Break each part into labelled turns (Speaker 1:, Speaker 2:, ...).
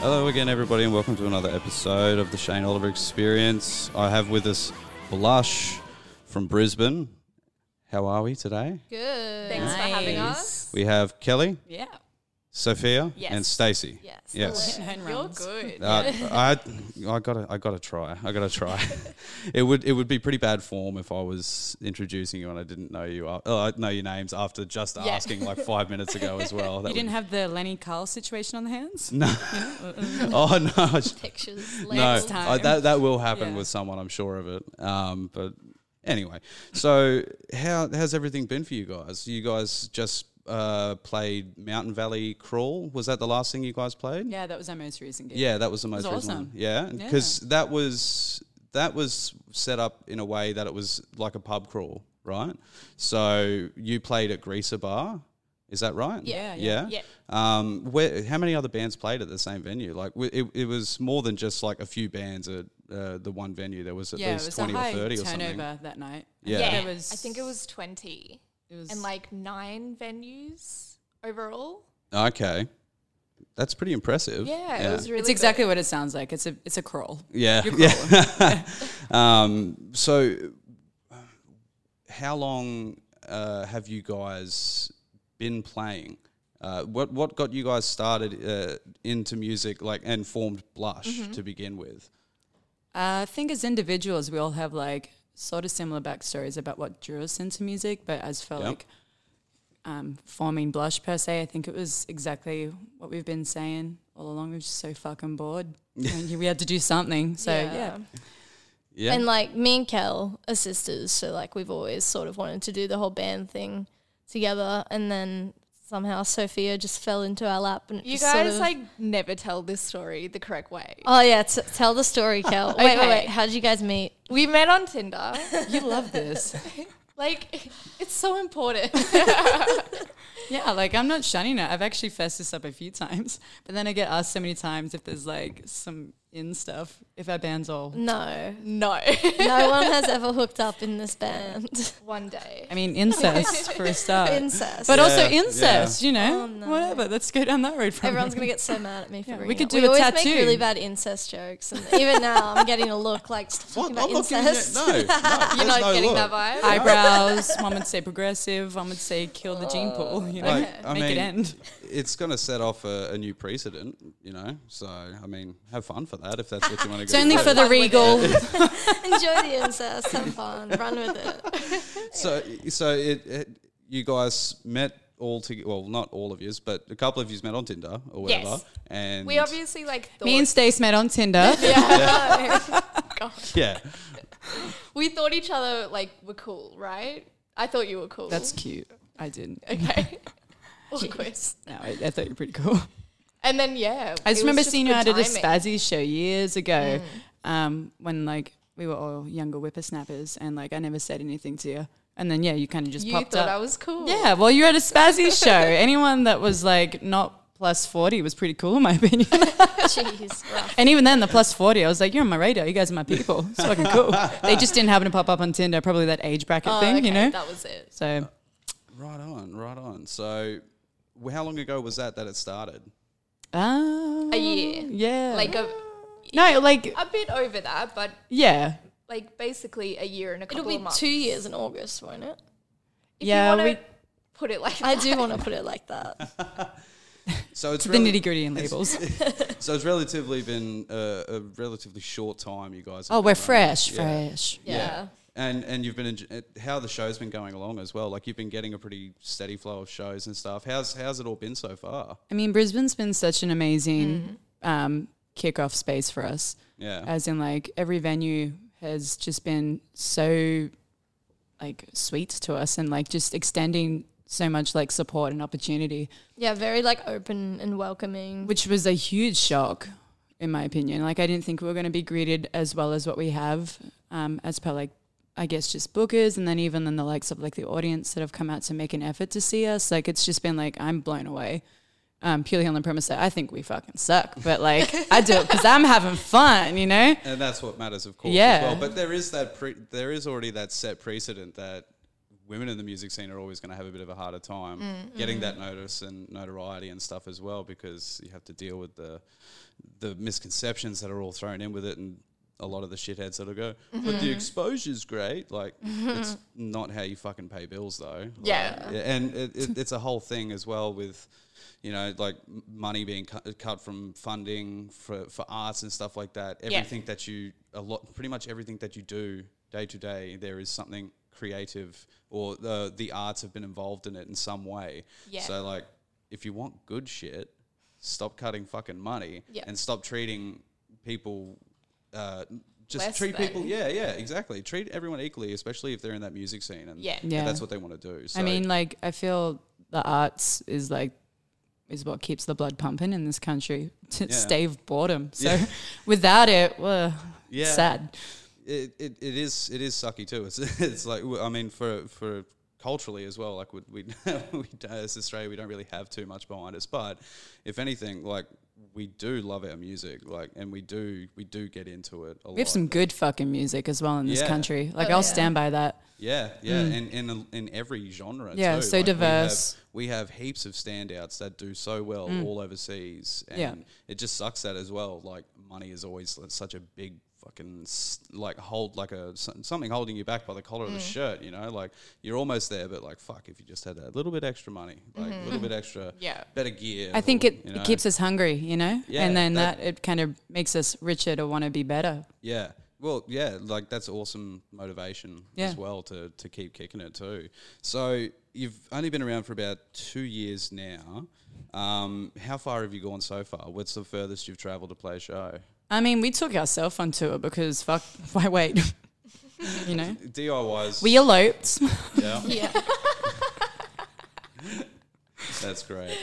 Speaker 1: Hello again, everybody, and welcome to another episode of the Shane Oliver Experience. I have with us Blush from Brisbane. How are we today?
Speaker 2: Good. Thanks for having us.
Speaker 1: We have Kelly,
Speaker 2: Yeah.
Speaker 1: Sophia,
Speaker 2: Yes.
Speaker 1: and Stacey.
Speaker 2: Yes.
Speaker 1: Yes.
Speaker 2: You're good.
Speaker 1: Uh, I I gotta I gotta try. I gotta try. it would it would be pretty bad form if I was introducing you and I didn't know you. Uh, oh, I know your names after just asking like five minutes ago as well. That
Speaker 3: You didn't have the Lenny Carl situation on the hands?
Speaker 1: would- oh no.
Speaker 2: Pictures.
Speaker 1: no,
Speaker 2: labels.
Speaker 1: I, that that will happen
Speaker 3: Yeah.
Speaker 1: with someone. I'm sure of it. Um, but anyway, so how how's everything been for you guys? You guys just uh, played Mountain Valley Crawl. Was that the last thing you guys played?
Speaker 3: Yeah, that was our most recent game.
Speaker 1: Yeah, that was the most
Speaker 3: was
Speaker 1: recent one.
Speaker 3: awesome.
Speaker 1: Yeah, because that was that was set up in a way that it was like a pub crawl, right? So you played at Greaser Bar, is that right?
Speaker 2: Yeah.
Speaker 1: yeah.
Speaker 2: Yeah.
Speaker 1: Um, where how many other bands played at the same venue? Like w- it, it was more than just like a few bands at uh, the one venue. There was at
Speaker 3: Yeah, it
Speaker 1: least
Speaker 3: was a
Speaker 1: twenty
Speaker 3: high
Speaker 1: or thirty or something.
Speaker 3: turnover that night.
Speaker 1: Yeah.
Speaker 3: I think
Speaker 2: yeah.
Speaker 3: there was,
Speaker 2: I think it was 20
Speaker 3: It was
Speaker 2: and like nine venues overall.
Speaker 1: Okay, that's pretty impressive.
Speaker 2: Yeah, it was really
Speaker 3: it's exactly what it sounds like. It's a it's a crawl.
Speaker 1: Yeah.
Speaker 3: You're
Speaker 1: yeah. um, so, uh, how long uh, have you guys been playing? Uh, what what got you guys started uh, into music, like and formed Blush to begin with?
Speaker 3: Uh, I think as individuals, we all have like sort of similar backstories about what drew us into music, but as for
Speaker 1: Yep.
Speaker 3: like um, forming Blush per se, I think it was exactly what we've been saying all along. We were just so fucking bored. and we had to do something. So yeah.
Speaker 1: Yeah.
Speaker 4: And like me and Kel are sisters, so like we've always sort of wanted to do the whole band thing together, and then somehow Sophia just fell into our lap. And it
Speaker 2: You
Speaker 4: just sort
Speaker 2: guys
Speaker 4: of-
Speaker 2: like never tell this story the correct way.
Speaker 4: oh yeah, t- tell the story, Kel. Wait, wait,
Speaker 2: Okay.
Speaker 4: wait. How'd you guys meet?
Speaker 2: We met on Tinder.
Speaker 3: You love this.
Speaker 2: like, it's so important.
Speaker 3: Yeah, like I'm not shunning it. I've actually fessed this up a few times, but then I get asked so many times if there's like some in stuff, if our band's all.
Speaker 4: No,
Speaker 2: no.
Speaker 4: no one has ever hooked up in this band.
Speaker 2: One day.
Speaker 3: I mean, incest for a start.
Speaker 4: Incest.
Speaker 3: But also
Speaker 1: Yeah,
Speaker 3: incest, you know?
Speaker 4: Oh, no.
Speaker 3: Whatever. Let's go down that road from
Speaker 4: Everyone's
Speaker 3: here.
Speaker 4: gonna get so mad at me for
Speaker 3: Yeah, we
Speaker 4: bringing
Speaker 3: could do
Speaker 4: it. we
Speaker 3: a
Speaker 4: always
Speaker 3: tattoo.
Speaker 4: make really bad incest jokes, and even now I'm getting a look like stop
Speaker 1: What?
Speaker 4: talking about
Speaker 1: not giving you-
Speaker 4: incest.
Speaker 1: no, no,
Speaker 2: You're
Speaker 1: there's
Speaker 2: not
Speaker 1: no
Speaker 2: getting
Speaker 1: look.
Speaker 2: that vibe?
Speaker 3: Eyebrows. One would say progressive. One would say kill the gene
Speaker 4: Oh.
Speaker 3: pool. You know,
Speaker 1: Like, I
Speaker 3: make
Speaker 1: mean,
Speaker 3: it end.
Speaker 1: It's going to set off a, a new precedent, you know. So, I mean, have fun for that if that's what you want to
Speaker 3: It's only for the regal.
Speaker 4: Enjoy the incest, have fun, run with it.
Speaker 1: So, so it, it you guys met all together. Well, not all of yous, but a couple of yous met on Tinder or whatever.
Speaker 2: Yes.
Speaker 1: And
Speaker 2: We obviously like thought.
Speaker 3: Me and Stace met on Tinder.
Speaker 1: yeah,
Speaker 2: we thought each other like were cool, right? I thought you were cool.
Speaker 3: That's cute. I didn't.
Speaker 2: okay. Awkward.
Speaker 3: No, I, I thought you were pretty cool.
Speaker 2: And then yeah,
Speaker 3: I just remember seeing you
Speaker 2: out
Speaker 3: out at a Spazzy show years ago,
Speaker 2: Mm.
Speaker 3: um, when like we were all younger whippersnappers, and like I never said anything to you, and then yeah, you kind of just
Speaker 2: You
Speaker 3: popped
Speaker 2: thought
Speaker 3: up.
Speaker 2: I was cool.
Speaker 3: yeah, well, you're at a Spazzy show. Anyone that was like not plus forty was pretty cool in my opinion.
Speaker 4: Jeez, rough.
Speaker 3: and even then, the plus forty, I was like, you're on my radar. You guys are my people. It's fucking cool. they just didn't happen to pop up on Tinder. Probably that age bracket
Speaker 2: Oh,
Speaker 3: thing,
Speaker 2: okay,
Speaker 3: you know.
Speaker 2: That was it.
Speaker 3: so
Speaker 1: right on, right on. So, wh- how long ago was that that it started?
Speaker 3: uh,
Speaker 2: A year.
Speaker 3: Yeah.
Speaker 2: Like a,
Speaker 3: no, like
Speaker 2: a bit over that, but
Speaker 3: yeah.
Speaker 2: like basically a year and a couple
Speaker 4: It'll be
Speaker 2: of months.
Speaker 4: two years in August, won't it?
Speaker 2: If
Speaker 3: Yeah,
Speaker 2: you want
Speaker 3: we-
Speaker 2: to put it like
Speaker 4: I
Speaker 2: that.
Speaker 4: do want to put it like that.
Speaker 1: So it's
Speaker 3: The
Speaker 1: rel-
Speaker 3: nitty gritty and labels.
Speaker 1: So it's relatively been a, a relatively short time. You guys. have
Speaker 3: Oh,
Speaker 1: been
Speaker 3: we're
Speaker 1: running.
Speaker 3: fresh,
Speaker 1: Yeah.
Speaker 3: fresh.
Speaker 1: Yeah.
Speaker 2: Yeah.
Speaker 1: And and you've been enj- uh, how the show's been going along as well. Like you've been getting a pretty steady flow of shows and stuff. How's how's it all been so far?
Speaker 3: I mean, Brisbane's been such an amazing um, kickoff space for us.
Speaker 1: Yeah.
Speaker 3: As in, like, every venue has just been so, like, sweet to us and, like, just extending so much, like, support and opportunity,
Speaker 4: Yeah, very like open and welcoming.
Speaker 3: which was a huge shock, in my opinion. Like, I didn't think we were going to be greeted as well as what we have, um, as per, like, I guess just bookers and then even then the likes of like the audience that have come out to make an effort to see us. Like it's just been like I'm blown away. Um, purely on the premise that I think we fucking suck, but like I do it because I'm having fun, you know.
Speaker 1: And that's what matters, of course.
Speaker 3: Yeah.
Speaker 1: As well. But there is that pre- there is already that set precedent that women in the music scene are always going to have a bit of a harder time getting that notice and notoriety and stuff as well because you have to deal with the the misconceptions that are all thrown in with it and a lot of the shitheads that'll go, but
Speaker 2: Mm-hmm.
Speaker 1: the exposure's great. Like, it's not how you fucking pay bills, though. Like,
Speaker 2: Yeah.
Speaker 1: and it, it, it's a whole thing as well with you know like m- money being cut, cut from funding for, for arts and stuff like that everything that you a lot pretty much everything that you do day to day there is something creative or the the arts have been involved in it in some way
Speaker 2: Yeah.
Speaker 1: so like if you want good shit stop cutting fucking money
Speaker 2: Yeah.
Speaker 1: and stop treating people uh, just
Speaker 2: Less
Speaker 1: treat people
Speaker 2: than.
Speaker 1: yeah yeah exactly treat everyone equally especially if they're in that music scene and
Speaker 2: Yeah.
Speaker 1: and
Speaker 3: Yeah.
Speaker 1: that's what they want to do so
Speaker 3: I mean, like I feel the arts is like is what keeps the blood pumping in this country to
Speaker 1: Yeah.
Speaker 3: stave boredom. So
Speaker 1: Yeah.
Speaker 3: without it, well,
Speaker 1: Yeah.
Speaker 3: sad.
Speaker 1: it, it, it is it is sucky too. It's it's like I mean for for culturally as well. Like we we, we don't- as Australia we don't really have too much behind us, but if anything, like we do love our music, like and we do we do get into it a lot.
Speaker 3: We have some good fucking music as well in this
Speaker 1: Yeah.
Speaker 3: country. Like I'll stand by that.
Speaker 1: Yeah, yeah, and in in every genre.
Speaker 3: Mm. Yeah,
Speaker 1: too.
Speaker 3: so
Speaker 1: we have-
Speaker 3: diverse. Mm.
Speaker 1: We have, heaps of standouts that do so well all overseas, and
Speaker 3: Yeah.
Speaker 1: it just sucks that as well. Like money is always such a big fucking s- like hold, like a s- something holding you back by the collar of
Speaker 3: Mm.
Speaker 1: the shirt. You know, like you're almost there, but like fuck, if you just had a little bit extra money, like a little bit extra,
Speaker 2: Yeah.
Speaker 1: better gear.
Speaker 3: Mm-hmm. I think
Speaker 1: or,
Speaker 3: it,
Speaker 1: you
Speaker 3: it
Speaker 1: know.
Speaker 3: keeps us hungry, you know?
Speaker 1: Yeah,
Speaker 3: and then
Speaker 1: that-
Speaker 3: that, it kind of makes us richer to want to be better.
Speaker 1: Yeah. Well, yeah, like that's awesome motivation
Speaker 3: Yeah.
Speaker 1: as well to, to keep kicking it too. So you've only been around for about two years now. Um, how far have you gone so far? What's the furthest you've travelled to play a show?
Speaker 3: I mean, we took ourselves on tour because fuck why wait? you know?
Speaker 1: DIYs.
Speaker 3: We eloped.
Speaker 1: yeah,
Speaker 4: yeah,
Speaker 1: that's great.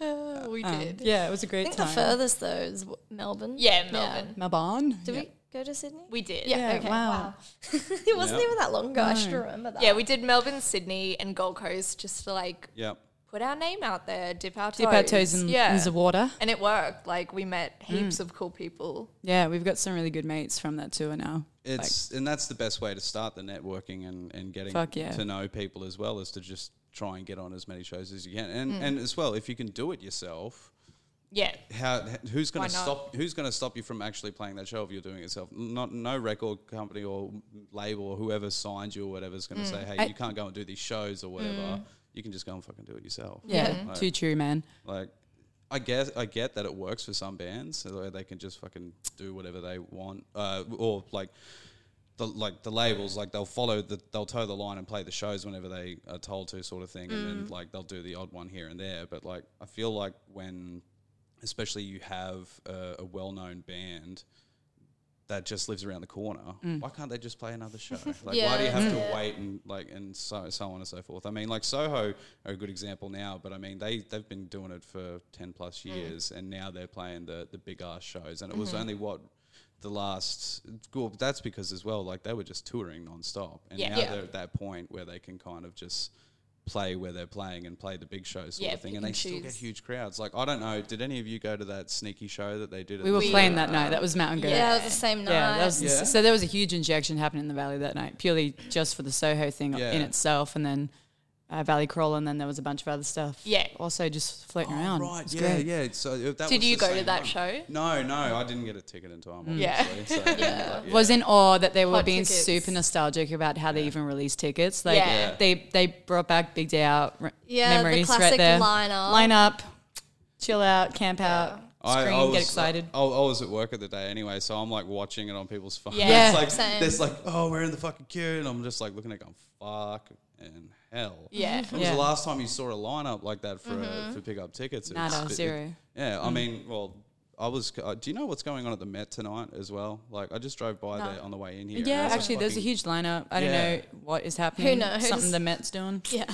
Speaker 4: Oh,
Speaker 2: we did.
Speaker 3: um, yeah, it was a
Speaker 4: I
Speaker 3: great
Speaker 4: think the
Speaker 3: time.
Speaker 4: furthest though is w- Melbourne.
Speaker 2: Yeah, Melbourne.
Speaker 3: Melbourne.
Speaker 4: Did we go to Sydney?
Speaker 2: We did.
Speaker 4: Yeah.
Speaker 3: Yeah,
Speaker 4: okay.
Speaker 3: wow.
Speaker 4: Wow. it wasn't
Speaker 1: Yeah.
Speaker 4: even that long ago. I should remember that.
Speaker 2: Yeah, we did Melbourne, Sydney, and Gold Coast just to like
Speaker 1: Yeah.
Speaker 2: put our name out there, dip our toes,
Speaker 3: Dip our toes in, in the Mm. water.
Speaker 2: and it worked. Like we met heaps of cool people.
Speaker 3: Yeah, we've got some really good mates from that tour now.
Speaker 1: It's and that's the best way to start the networking and, and getting
Speaker 3: Fuck yeah.
Speaker 1: to know people as well is to just try and get on as many shows as you can. And
Speaker 3: Hmm.
Speaker 1: and as well, if you can do it yourself,
Speaker 2: Yeah,
Speaker 1: how who's going
Speaker 2: Why
Speaker 1: to
Speaker 2: not?
Speaker 1: stop who's going to stop you from actually playing that show if you're doing it yourself not no record company or label or whoever signed you or whatever is going
Speaker 2: Hmm.
Speaker 1: to say hey you can't go and do these shows or whatever you can just go and fucking do it yourself
Speaker 3: Yeah, too true, man.
Speaker 1: like I guess I get that it works for some bands so that they can just fucking do whatever they want uh, or like the like the labels like they'll follow the they'll toe the line and play the shows whenever they are told to sort of thing and
Speaker 2: Mm.
Speaker 1: then like they'll do the odd one here and there but like I feel like when especially you have a, a well-known band that just lives around the corner
Speaker 2: Mm.
Speaker 1: why can't they just play another show like why do you
Speaker 4: Yeah.
Speaker 1: have to wait and like and so, so on and so forth i mean like soho are a good example now but i mean they they've been doing it for 10 plus
Speaker 2: Mm.
Speaker 1: years and now they're playing the the big ass shows and it
Speaker 2: Mm-hmm.
Speaker 1: was only what the last well, that's because as well like they were just touring non-stop and
Speaker 2: Yeah.
Speaker 1: now
Speaker 2: Yeah.
Speaker 1: they're at that point where they can kind of just play where they're playing and play the big show sort
Speaker 2: Yeah,
Speaker 1: of thing
Speaker 2: pick
Speaker 1: and they
Speaker 2: and
Speaker 1: still get
Speaker 2: choose.
Speaker 1: huge crowds like i don't know did any of you go to that sneaky show that they did at
Speaker 3: We were
Speaker 1: the-
Speaker 3: playing that night. That was Mountain Goat.
Speaker 4: Yeah, it was the same night.
Speaker 3: Yeah, that was
Speaker 1: Yeah.
Speaker 3: so there was a huge injection happening in the valley that night, purely just for the Soho thing
Speaker 1: Yeah.
Speaker 3: in itself, and then uh, Valley Crawl, and then there was a bunch of other stuff.
Speaker 2: Yeah.
Speaker 3: also just floating
Speaker 1: Oh,
Speaker 3: around.
Speaker 1: Right,
Speaker 3: It was
Speaker 1: yeah,
Speaker 3: great.
Speaker 1: yeah. So that was
Speaker 2: Did you
Speaker 1: the
Speaker 2: go to
Speaker 1: same
Speaker 2: that
Speaker 1: one.
Speaker 2: show?
Speaker 1: No, no, I didn't get a ticket in time. Obviously,
Speaker 2: Yeah.
Speaker 1: so, yeah. Like,
Speaker 3: Mm. Was in awe that they were
Speaker 2: Hot
Speaker 3: being
Speaker 2: tickets.
Speaker 3: super nostalgic about how they even released tickets. Like
Speaker 2: Yeah. Yeah.
Speaker 3: they they brought back Big Day Out re-
Speaker 4: Yeah, the
Speaker 3: memories right
Speaker 4: classic
Speaker 3: there.
Speaker 4: lineup.
Speaker 3: line up, chill out, camp out. screen,
Speaker 1: uh,
Speaker 3: get excited.
Speaker 1: I, I was at work at the day anyway, so I'm like watching it on people's phones.
Speaker 4: Yeah,
Speaker 1: it's like,
Speaker 4: same.
Speaker 1: There's like, oh, we're in the fucking queue, and I'm just like looking at it going, fuck and hell.
Speaker 2: Yeah.
Speaker 1: When
Speaker 3: Yeah.
Speaker 1: was the last time you saw a lineup like that for uh for pick up tickets? It's-
Speaker 3: Nada, zero.
Speaker 1: yeah, I mean, well, I was. Uh, do you know what's going on at the Met tonight as well? Like, I just drove by there on the way in here. and
Speaker 3: Yeah,
Speaker 1: there's
Speaker 3: actually, there's a
Speaker 1: fucking-
Speaker 3: huge lineup.
Speaker 1: Yeah.
Speaker 3: I don't know what is happening.
Speaker 4: Who knows?
Speaker 3: Something the Mets doing.
Speaker 4: Yeah.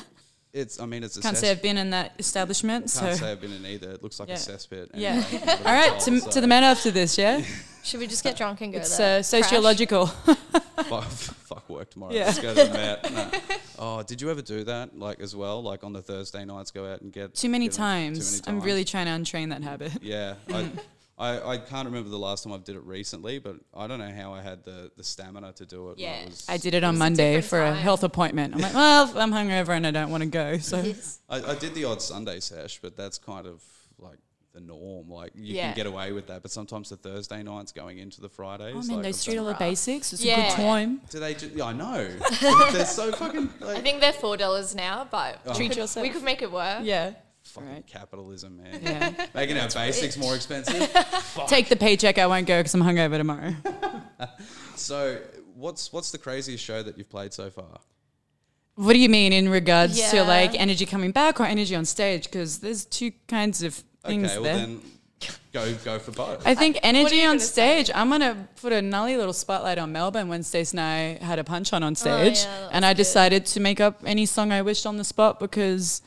Speaker 1: It's. I mean, it's a
Speaker 3: Can't
Speaker 1: cess-
Speaker 3: say I've been in that establishment.
Speaker 1: Can't
Speaker 3: so
Speaker 1: say I've been in either. It looks like
Speaker 3: Yeah.
Speaker 1: a cesspit.
Speaker 3: Yeah.
Speaker 1: anyway, but
Speaker 3: all right,
Speaker 1: it's
Speaker 3: to,
Speaker 1: all,
Speaker 3: to the
Speaker 1: so-
Speaker 3: men after this, yeah.
Speaker 4: Should we just get drunk and go
Speaker 3: It's
Speaker 4: there?
Speaker 3: uh, sociological.
Speaker 1: fuck, fuck work tomorrow.
Speaker 3: Yeah.
Speaker 1: Let's go to the Met. No. Oh, did you ever do that? Like as well, like on the Thursday nights, go out and get
Speaker 3: too, many
Speaker 1: get on-
Speaker 3: times.
Speaker 1: too many
Speaker 3: I'm
Speaker 1: times?
Speaker 3: really Mm. trying to untrain that habit.
Speaker 1: Yeah, I, I I can't remember the last time I've did it recently, but I don't know how I had the the stamina to do it. when I
Speaker 2: Yeah.
Speaker 1: was
Speaker 3: I did it on Monday for a health appointment. I'm like, well, I'm hungover and I don't want to go. So
Speaker 1: I, I did the odd Sunday sesh, but that's kind of like the norm. Like you
Speaker 2: Yeah.
Speaker 1: can get away with that, but sometimes the Thursday nights going into the Fridays.
Speaker 3: Oh man,
Speaker 1: like,
Speaker 3: they
Speaker 1: I've
Speaker 3: street
Speaker 1: done-
Speaker 3: all the basics. It's a
Speaker 2: Yeah.
Speaker 3: good time.
Speaker 1: do they? Ju- yeah, I know. They're so fucking like
Speaker 2: I think they're four dollars now, but we
Speaker 3: Treat
Speaker 2: could-
Speaker 3: yourself.
Speaker 2: We could make it work.
Speaker 3: Yeah.
Speaker 1: fucking
Speaker 3: Right.
Speaker 1: capitalism, man.
Speaker 3: Yeah.
Speaker 1: Making our basics more expensive.
Speaker 3: Take the paycheck. I won't go because I'm hungover tomorrow.
Speaker 1: So, what's what's the craziest show that you've played so far?
Speaker 3: What do you mean in regards to
Speaker 4: Yeah.
Speaker 3: like energy coming back or energy on stage? Because there's two kinds of things
Speaker 1: okay, well
Speaker 3: there.
Speaker 1: then go go for both.
Speaker 3: I think energy
Speaker 2: you
Speaker 3: on
Speaker 2: gonna
Speaker 3: stage. I'm gonna put a nully little spotlight on Melbourne when Stacey and I had a punch on on stage,
Speaker 4: that
Speaker 3: and I decided to make up any song I wished on the spot because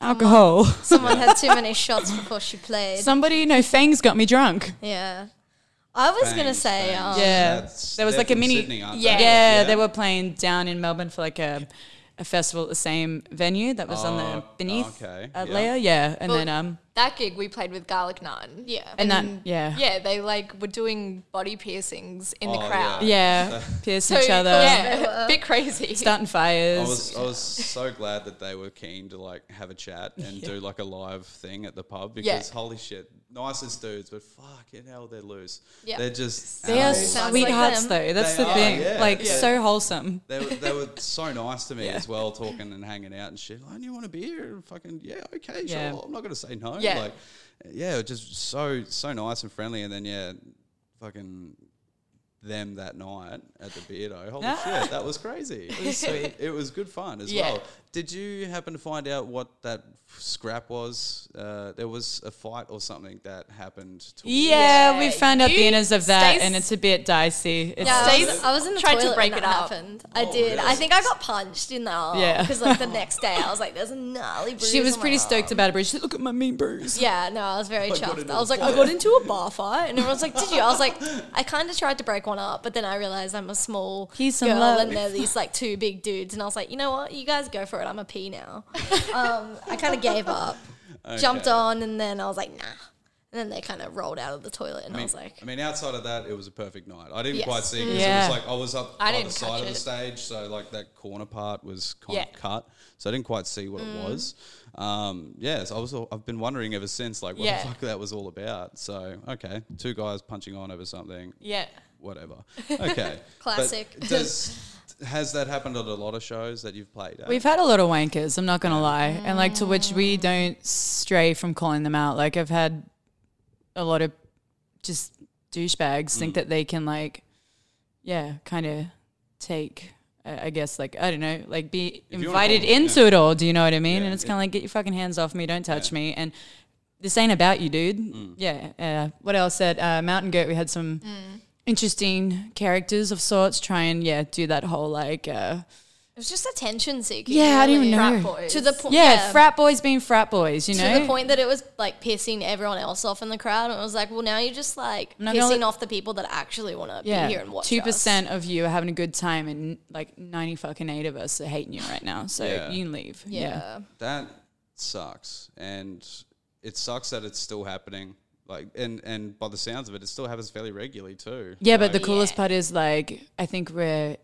Speaker 3: alcohol.
Speaker 4: Someone had too many shots before she played.
Speaker 3: Somebody, no, Fangs got me drunk.
Speaker 4: yeah. I was going to
Speaker 1: Bangs,
Speaker 4: say,
Speaker 1: bangs.
Speaker 4: um,
Speaker 3: Oh, Yeah,
Speaker 1: That's-
Speaker 3: there was
Speaker 1: they're
Speaker 3: like a
Speaker 1: from
Speaker 3: mini.
Speaker 1: Sydney, aren't they?
Speaker 3: yeah,
Speaker 1: Yeah.
Speaker 3: they were playing down in Melbourne for like a, a festival at the same venue that was on the
Speaker 1: Oh,
Speaker 3: beneath
Speaker 1: okay,
Speaker 3: uh,
Speaker 1: yeah.
Speaker 3: layer. Yeah, and then um,
Speaker 2: That gig we played with Garlic Naan.
Speaker 4: yeah.
Speaker 3: and that yeah
Speaker 2: Yeah, they like were doing body piercings in the
Speaker 1: Oh,
Speaker 2: crowd.
Speaker 3: yeah pierce each other,
Speaker 2: Yeah, a bit crazy.
Speaker 3: starting
Speaker 1: I
Speaker 3: fires.
Speaker 1: was I was so glad that they were keen to like have a chat and do like a live thing at the pub because holy shit, nicest dudes, but fucking hell, they're loose.
Speaker 4: Yeah.
Speaker 1: They're just
Speaker 3: They are
Speaker 1: animals.
Speaker 4: Sounds like
Speaker 3: sweethearts,
Speaker 4: them.
Speaker 3: though. That's
Speaker 1: They
Speaker 3: the
Speaker 1: are,
Speaker 3: thing.
Speaker 1: yeah.
Speaker 3: Like
Speaker 1: Yeah.
Speaker 3: so wholesome.
Speaker 1: They were, they were so nice to me as well, talking and hanging out and shit. Like, do you want a beer? And fucking yeah, okay,
Speaker 3: Yeah.
Speaker 1: sure. I'm not gonna say no.
Speaker 2: Yeah.
Speaker 1: Like, yeah, just so so nice and friendly. And then yeah, fucking them that night at the beardo. Holy shit, that was crazy. It was sweet. It was good fun as
Speaker 2: Yeah.
Speaker 1: well. Did you happen to find out what that scrap was? Uh, there was a fight or something that happened. towards-
Speaker 3: Yeah, we found out the
Speaker 2: You
Speaker 3: inners of that,
Speaker 2: stays-
Speaker 3: and it's a bit dicey. It's
Speaker 4: Yeah, I was,
Speaker 2: Stace
Speaker 4: I was in the
Speaker 2: tried to
Speaker 4: toilet
Speaker 2: break
Speaker 4: when
Speaker 2: it
Speaker 4: that
Speaker 2: up.
Speaker 4: happened.
Speaker 1: Oh,
Speaker 4: I did. I think I got punched in the arm.
Speaker 3: Yeah.
Speaker 4: Because like the next day, I was like, "There's a gnarly bruise."
Speaker 3: she was
Speaker 4: on my
Speaker 3: pretty
Speaker 4: arm.
Speaker 3: stoked about it, but she's like, look at my mean bruise.
Speaker 4: Yeah, no, I was very
Speaker 1: got
Speaker 4: chuffed.
Speaker 1: into
Speaker 4: I
Speaker 1: a
Speaker 4: was like, I
Speaker 1: fight.
Speaker 4: got into a bar fight, and everyone's like, "Did you?" I was like, I kind of tried to break one up, but then I realized I'm a small
Speaker 3: He's some
Speaker 4: girl,
Speaker 3: love.
Speaker 4: and they're these like two big dudes, and I was like, you know what, you guys go for it. I'm a pee now. um, I kind of gave up, jumped
Speaker 1: Okay.
Speaker 4: on, and then I was like, nah. And then they kind of rolled out of the toilet, and I, was like,
Speaker 1: I mean, outside of that, it was a perfect night. I didn't
Speaker 4: Yes.
Speaker 1: quite see because
Speaker 3: Yeah.
Speaker 1: it was like I was up
Speaker 2: I
Speaker 1: by the
Speaker 2: didn't
Speaker 1: side
Speaker 2: catch
Speaker 1: of the
Speaker 2: it.
Speaker 1: stage, so like that corner part was kind
Speaker 2: Yeah. Mm.
Speaker 1: of cut, so I didn't quite see what it was. Um, yeah, so I was. all- I've been wondering ever since, like, what
Speaker 2: Yeah.
Speaker 1: the fuck that was all about. So okay, two guys punching on over something,
Speaker 2: yeah.
Speaker 1: whatever. Okay, But
Speaker 4: Classic.
Speaker 1: does has that happened at a lot of shows that you've played at?
Speaker 3: We've had a lot of wankers, I'm not going to lie. And like to which
Speaker 1: Mm.
Speaker 3: we don't stray from calling them out. Like I've had a lot of just douchebags
Speaker 1: Mm.
Speaker 3: think that they can like, yeah, kind of take, I I guess, like, I don't know, like be
Speaker 1: wanna call
Speaker 3: invited
Speaker 1: them-
Speaker 3: into it all. Do you know what I mean? and it's
Speaker 1: it-
Speaker 3: kind of like, get your fucking hands off me. Don't touch me. And this ain't about you, dude.
Speaker 1: Mm.
Speaker 3: Yeah. Uh, what else? At uh, Mountain Goat, we had some
Speaker 1: Mm.
Speaker 3: interesting characters of sorts try and, yeah, do that whole like, uh,
Speaker 4: it was just attention seeking.
Speaker 3: Yeah, I didn't
Speaker 4: really.
Speaker 3: even know.
Speaker 2: Frat boys.
Speaker 4: To the point,
Speaker 3: yeah, frat boys being frat boys, you know.
Speaker 4: to the point that it was like pissing everyone else off in the crowd. And it was like, well, now you're just like
Speaker 3: not gonna
Speaker 4: pissing
Speaker 3: let-
Speaker 4: off the people that actually want to
Speaker 3: yeah,
Speaker 4: be here and watch.
Speaker 3: two
Speaker 4: us.
Speaker 3: percent of you are having a good time, and like ninety fucking eight of us are hating you right now. So
Speaker 1: Yeah.
Speaker 3: you can leave. Yeah.
Speaker 4: Yeah.
Speaker 1: that sucks and it sucks that it's still happening like and and by the sounds of it it still happens fairly regularly too
Speaker 3: Yeah,
Speaker 4: Oh,
Speaker 3: but the coolest part is like I think we're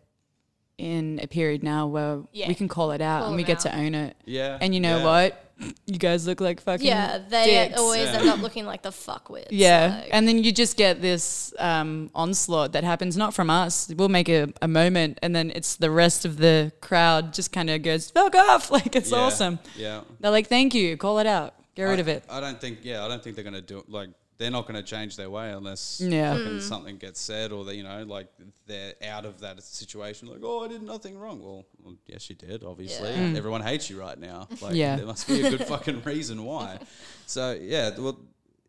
Speaker 3: in a period now where
Speaker 2: Yeah.
Speaker 3: we can call it out and we get to own it.
Speaker 1: Yeah,
Speaker 3: And you know
Speaker 1: yeah.
Speaker 3: what? You guys look like fucking
Speaker 4: Yeah, they
Speaker 3: dicks.
Speaker 4: always end up looking like the fuckwits.
Speaker 3: Yeah,
Speaker 4: like-
Speaker 3: and then you just get this um, onslaught that happens not from us. We'll make a, a moment, and then it's the rest of the crowd just kind of goes fuck off. Like it's
Speaker 1: Yeah,
Speaker 3: awesome.
Speaker 1: yeah
Speaker 3: They're like, "Thank you, call it out." Get rid
Speaker 1: I-
Speaker 3: of it.
Speaker 1: I don't think. Yeah, I don't think they're going to do it. Like they're not going to change their way unless
Speaker 3: Yeah.
Speaker 1: fucking something gets said or they, you know, like they're out of that situation. Like, oh, I did nothing wrong. Well, well, yes, you did. Obviously, everyone hates you right now. Like,
Speaker 3: Hmm. Yeah.
Speaker 1: there must be a good fucking reason why. So yeah, th- well.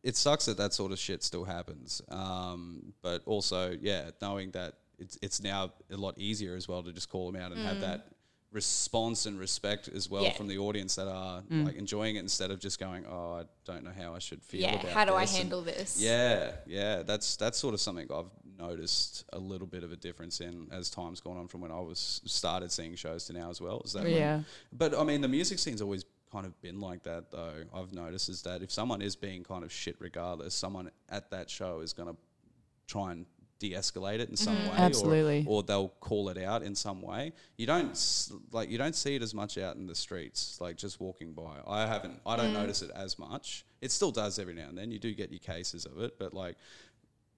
Speaker 1: It sucks that that sort of shit still happens, um, but also, yeah, knowing that it's it's now a lot easier as well to just call them out and have that response and respect as well
Speaker 5: Mm. Yeah. Mm.
Speaker 1: from the audience that are like enjoying it instead of just going, "Oh, I don't know how I should feel
Speaker 5: Yeah,
Speaker 1: about
Speaker 5: how do I
Speaker 1: this," and-
Speaker 5: handle this?
Speaker 1: yeah, yeah, that's that's sort of something I've noticed a little bit of a difference in as time's gone on from when I was started seeing shows to now as well. Is that when-
Speaker 3: Yeah.
Speaker 1: but I mean, the music scene's always kind of been like that though. I've noticed is that if someone is being kind of shit, regardless, someone at that show is going to try and de-escalate it in some way, or-
Speaker 3: Absolutely.
Speaker 1: or, they'll call it out in some way. You don't s- like you don't see it as much out in the streets, like just walking by. I haven't, I don't notice it as much. It still does every now and then. You do get your cases of it, but like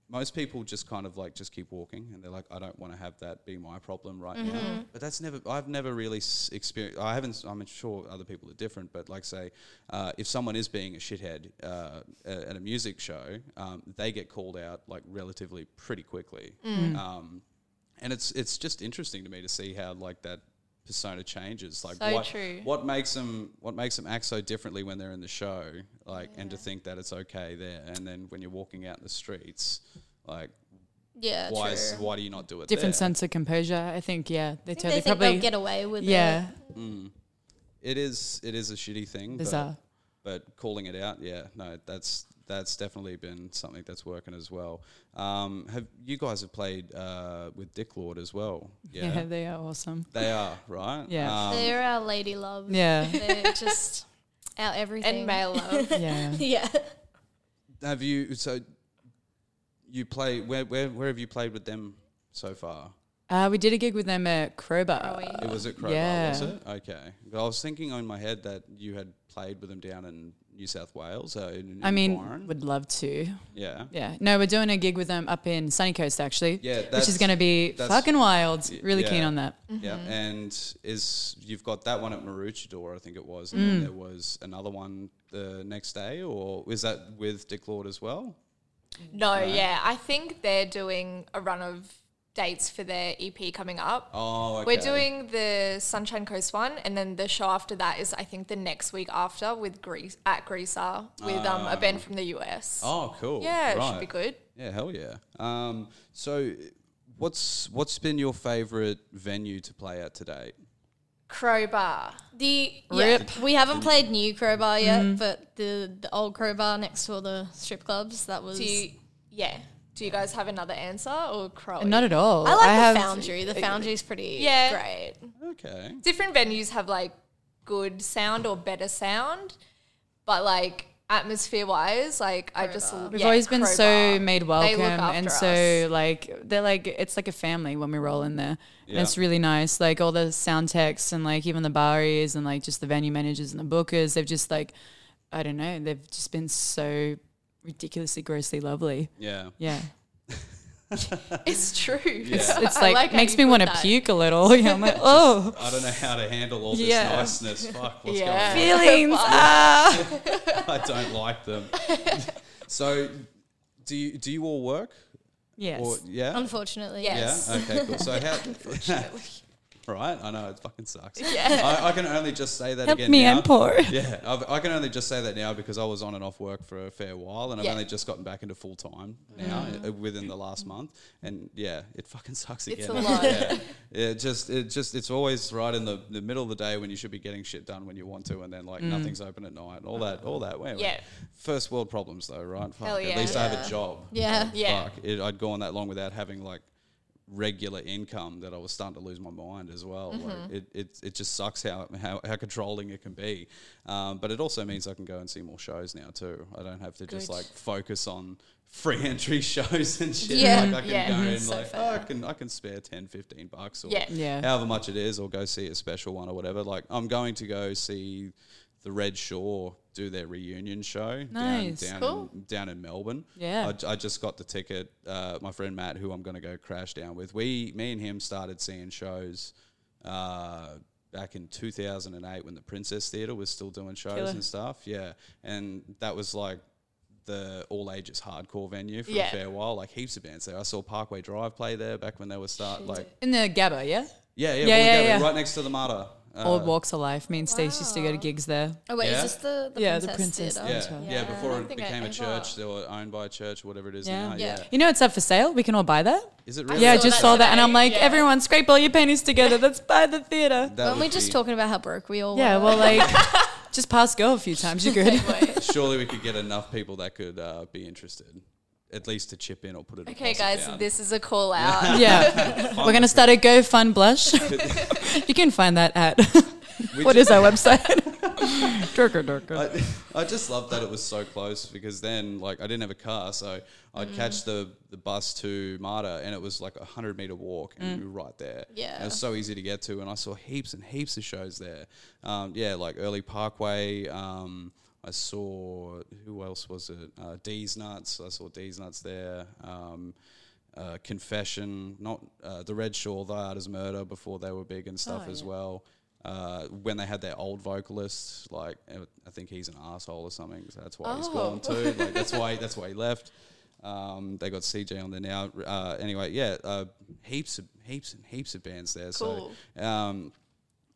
Speaker 1: most people just kind of like just keep walking and they're like i don't want to have that be my problem right
Speaker 2: Mm-hmm.
Speaker 1: now but that's never i've never really s- experienced i haven't s- i'm sure other people are different but like say uh, if someone is being a shithead uh, a- at a music show um, they get called out like relatively pretty quickly
Speaker 2: Mm.
Speaker 1: um, and it's it's just interesting to me to see how like that persona changes like
Speaker 2: So
Speaker 1: what,
Speaker 2: true.
Speaker 1: what makes them what makes them act so differently when they're in the show like and to think that it's okay there and then when you're walking out in the streets like
Speaker 4: Yeah,
Speaker 1: why
Speaker 4: true.
Speaker 1: is, why do you not do it
Speaker 3: Different
Speaker 1: there?
Speaker 3: sense of composure. I think, yeah. They
Speaker 4: they
Speaker 3: totally
Speaker 4: think
Speaker 3: probably.
Speaker 4: they'll get away with it.
Speaker 3: yeah.
Speaker 1: it is it is a shitty thing
Speaker 3: Bizarre.
Speaker 1: But, but calling it out yeah no that's that's definitely been something that's working as well um, have you guys have played uh, with dick lord as well
Speaker 3: Yeah.
Speaker 1: yeah,
Speaker 3: they are awesome.
Speaker 1: they are right
Speaker 3: Yeah.
Speaker 1: um,
Speaker 4: They're our lady love.
Speaker 3: Yeah.
Speaker 4: They're just our everything.
Speaker 5: And male love.
Speaker 3: yeah.
Speaker 4: Yeah.
Speaker 1: have you so you play where, where where have you played with them so far
Speaker 3: Uh, we did a gig with them at Crowbar.
Speaker 1: It was at Crowbar, was
Speaker 3: Yeah.
Speaker 1: it? Okay. 'Cause I was thinking in my head that you had played with them down in New South Wales. Uh, in, in
Speaker 3: I mean,
Speaker 1: Byron.
Speaker 3: would love to.
Speaker 1: yeah.
Speaker 3: Yeah. No, we're doing a gig with them up in Sunny Coast, actually.
Speaker 1: Yeah,
Speaker 3: Which
Speaker 1: that's-
Speaker 3: is going to be
Speaker 1: that's-
Speaker 3: fucking wild. Really keen
Speaker 1: yeah.
Speaker 3: on that.
Speaker 1: Yeah,
Speaker 5: Mm-hmm.
Speaker 1: and is you've got that one at Maruchador, I think it was, and
Speaker 5: Mm.
Speaker 1: then there was another one the next day, or is that with Dick Lord as well?
Speaker 5: No, yeah. I think they're doing a run of dates for their EP coming up.
Speaker 1: Oh,
Speaker 5: We're doing the Sunshine Coast one, and then the show after that is, I think, the next week after with Grease at Greaser with um, a band from the US.
Speaker 1: Oh, cool.
Speaker 5: yeah, it
Speaker 1: Right.
Speaker 5: should be good.
Speaker 1: Yeah, hell yeah. Um, so, what's what's been your favorite venue to play at to date?
Speaker 5: Crowbar.
Speaker 4: The yeah, we haven't played new crowbar yet,
Speaker 3: Mm-hmm.
Speaker 4: but the, the old crowbar next to all the strip clubs that was.
Speaker 5: Do you, yeah. Do you guys have another answer or Crow?
Speaker 3: Not at all.
Speaker 4: I like the
Speaker 3: have,
Speaker 4: Foundry. The Foundry's pretty
Speaker 5: Yeah.
Speaker 4: great.
Speaker 1: Okay.
Speaker 5: different venues have like good sound or better sound, but like atmosphere wise, like I just
Speaker 3: We've
Speaker 5: yeah,
Speaker 3: always been so
Speaker 5: Crowbar.
Speaker 3: made
Speaker 5: They look
Speaker 3: welcome and
Speaker 5: after
Speaker 3: so
Speaker 5: us.
Speaker 3: like they're like it's like a family when we roll in there.
Speaker 1: Yeah.
Speaker 3: And it's really nice. Like all the sound techs and like even the baries and like just the venue managers and the bookers, they've just like I don't know, they've just been so ridiculously grossly lovely.
Speaker 1: Yeah.
Speaker 3: Yeah.
Speaker 5: it's true.
Speaker 1: Yeah.
Speaker 3: It's like,
Speaker 2: like how
Speaker 3: makes
Speaker 2: you
Speaker 3: me
Speaker 2: put
Speaker 3: want to
Speaker 2: that.
Speaker 3: puke a little. Yeah, I'm like, oh,
Speaker 1: I don't know how to handle all this
Speaker 3: Yeah.
Speaker 1: niceness. Fuck, what's
Speaker 5: Yeah.
Speaker 1: going on?
Speaker 3: feelings. ah.
Speaker 1: I don't like them. so, do you do you all work?
Speaker 3: Yes.
Speaker 1: Or yeah,
Speaker 4: Unfortunately,
Speaker 5: Yes.
Speaker 1: yeah. Okay, cool. So how? right, I know it fucking sucks. Yeah, I, I can only just say that
Speaker 3: Help
Speaker 1: again.
Speaker 3: me,
Speaker 1: now.
Speaker 3: I'm poor.
Speaker 1: Yeah, I've, I can only just say that now because I was on and off work for a fair while, and I've
Speaker 5: Yeah. Mm.
Speaker 1: only just gotten back into full time now uh, within the last month. And yeah, it fucking sucks again.
Speaker 5: It's a lot.
Speaker 1: Yeah. It just, it just, it's always right in the, the middle of the day when you should be getting shit done when you want to, and then like nothing's open at night, all that, all that. Wait, wait.
Speaker 5: Mm. Yeah.
Speaker 1: First world problems though, right? Fuck,
Speaker 5: Hell
Speaker 1: At
Speaker 5: yeah.
Speaker 1: least I have a job.
Speaker 4: Yeah.
Speaker 1: Like,
Speaker 5: Yeah.
Speaker 1: Fuck, it, I'd gone that long without having like regular income that I was starting to lose my mind as well. Like
Speaker 5: Mm-hmm.
Speaker 1: it, it, it just sucks how, how, how controlling it can be. Um, but it also means I can go and see more shows now too. I don't have to just like focus on free entry shows and shit.
Speaker 4: Yeah.
Speaker 1: Like I can
Speaker 5: Yeah.
Speaker 1: go
Speaker 5: Mhm.
Speaker 1: and
Speaker 5: So
Speaker 1: like, oh, I can, I can spare 10, 15 bucks or
Speaker 5: Yeah.
Speaker 3: Yeah.
Speaker 1: however much it is or go see a special one or whatever. Like I'm going to go see the Red Shore do their reunion show
Speaker 3: Nice.
Speaker 1: down, down, in, down in Melbourne.
Speaker 3: Yeah.
Speaker 1: I j- I, just got the ticket. Uh, my friend Matt, who I'm going to go crash down with, we, me and him started seeing shows uh, back in 2008 when the Princess Theatre was still doing shows
Speaker 3: Killer.
Speaker 1: and stuff. Yeah, and that was like the all ages hardcore venue for
Speaker 2: Yeah.
Speaker 1: a fair while. Like heaps of bands there. I saw Parkway Drive play there back when they were start like
Speaker 3: In the Gabba, yeah?
Speaker 1: yeah yeah,
Speaker 3: Yeah,
Speaker 1: Woolloongabba,
Speaker 3: yeah, Oh, yeah.
Speaker 1: right next to the Marta. Uh,
Speaker 3: Old Walks of Life. Me and Stace used to go to gigs there.
Speaker 4: Oh wait,
Speaker 1: Yeah?
Speaker 4: is this the, the
Speaker 3: Yeah, the
Speaker 4: princess Oh.
Speaker 3: Princess
Speaker 4: Theatre?
Speaker 1: yeah,
Speaker 3: That's
Speaker 1: yeah,
Speaker 3: right.
Speaker 1: Before it
Speaker 2: think I
Speaker 1: became a
Speaker 2: ever-
Speaker 1: church, they were owned by a church, whatever it is
Speaker 3: Yeah.
Speaker 1: now.
Speaker 4: Yeah.
Speaker 1: Yeah.
Speaker 3: You know it's up for sale? We can all buy that?
Speaker 1: is it really?
Speaker 3: yeah, I
Speaker 2: saw
Speaker 3: just
Speaker 2: that
Speaker 3: saw that and
Speaker 2: today,
Speaker 3: I'm like,
Speaker 2: yeah.
Speaker 3: everyone scrape all your pennies together. Let's buy the theatre.
Speaker 1: That
Speaker 4: Weren't we
Speaker 1: would
Speaker 4: just
Speaker 1: be-
Speaker 4: talking about how broke we all
Speaker 3: Yeah,
Speaker 4: were?
Speaker 3: well, like, just pass go a few times. You're good.
Speaker 1: Surely we could get enough people that could uh, be interested, at least to chip in or put it.
Speaker 5: Okay, guys, this is a call out.
Speaker 3: yeah. We're going to start a GoFund blush. you can find that at, what is our website? Durka Durka.
Speaker 1: I, I just loved that it was so close because then, like, I didn't have a car, so I'd catch the, the bus to Marta, and it was like a hundred meter walk, and we were right there.
Speaker 2: Yeah.
Speaker 1: And it was so easy to get to, and I saw heaps and heaps of shows there. Um, yeah, like early Parkway. Um, I saw who else was it? Uh, D's Nuts. I saw D's Nuts there. Um, uh, Confession, not uh, the Red Shaw, Thy Art Is Murder before they were big and stuff as well. Uh, when they had their old vocalist, like uh, I think he's an asshole or something, so that's why he's gone too. Like that's why that's why he left. Um, they got CJ on there now. Uh, anyway, yeah, uh, heaps of heaps and heaps of bands there. So um,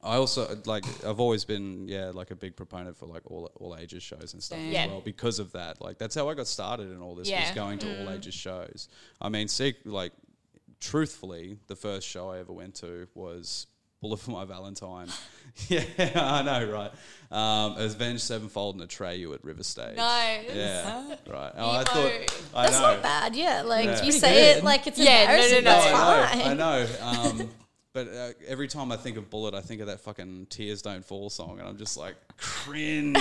Speaker 1: I also like I've always been yeah like a big proponent for like all all ages shows and stuff as
Speaker 5: Yeah.
Speaker 1: well because of that. Like that's how I got started in all this was
Speaker 5: Yeah. Mm.
Speaker 1: going to all ages shows. I mean, see, like truthfully, the first show I ever went to was Bullet for My Valentine. yeah, I know, right? Um, it was Avenged Sevenfold and Atreyu at River Stage.
Speaker 5: Nice.
Speaker 1: Yeah, right. Oh, I
Speaker 5: Emo.
Speaker 1: thought I
Speaker 4: that's
Speaker 1: know.
Speaker 4: not bad. Yeah, like
Speaker 1: Yeah.
Speaker 4: you
Speaker 1: Pretty
Speaker 4: say
Speaker 3: good.
Speaker 4: it like it's
Speaker 5: Yeah, no, no,
Speaker 4: embarrassing.
Speaker 5: no,
Speaker 4: That's
Speaker 1: I know, I
Speaker 4: fine.
Speaker 1: know. Um, but uh, every time I think of Bullet, I think of that fucking Tears Don't Fall song, and I'm just like cringe,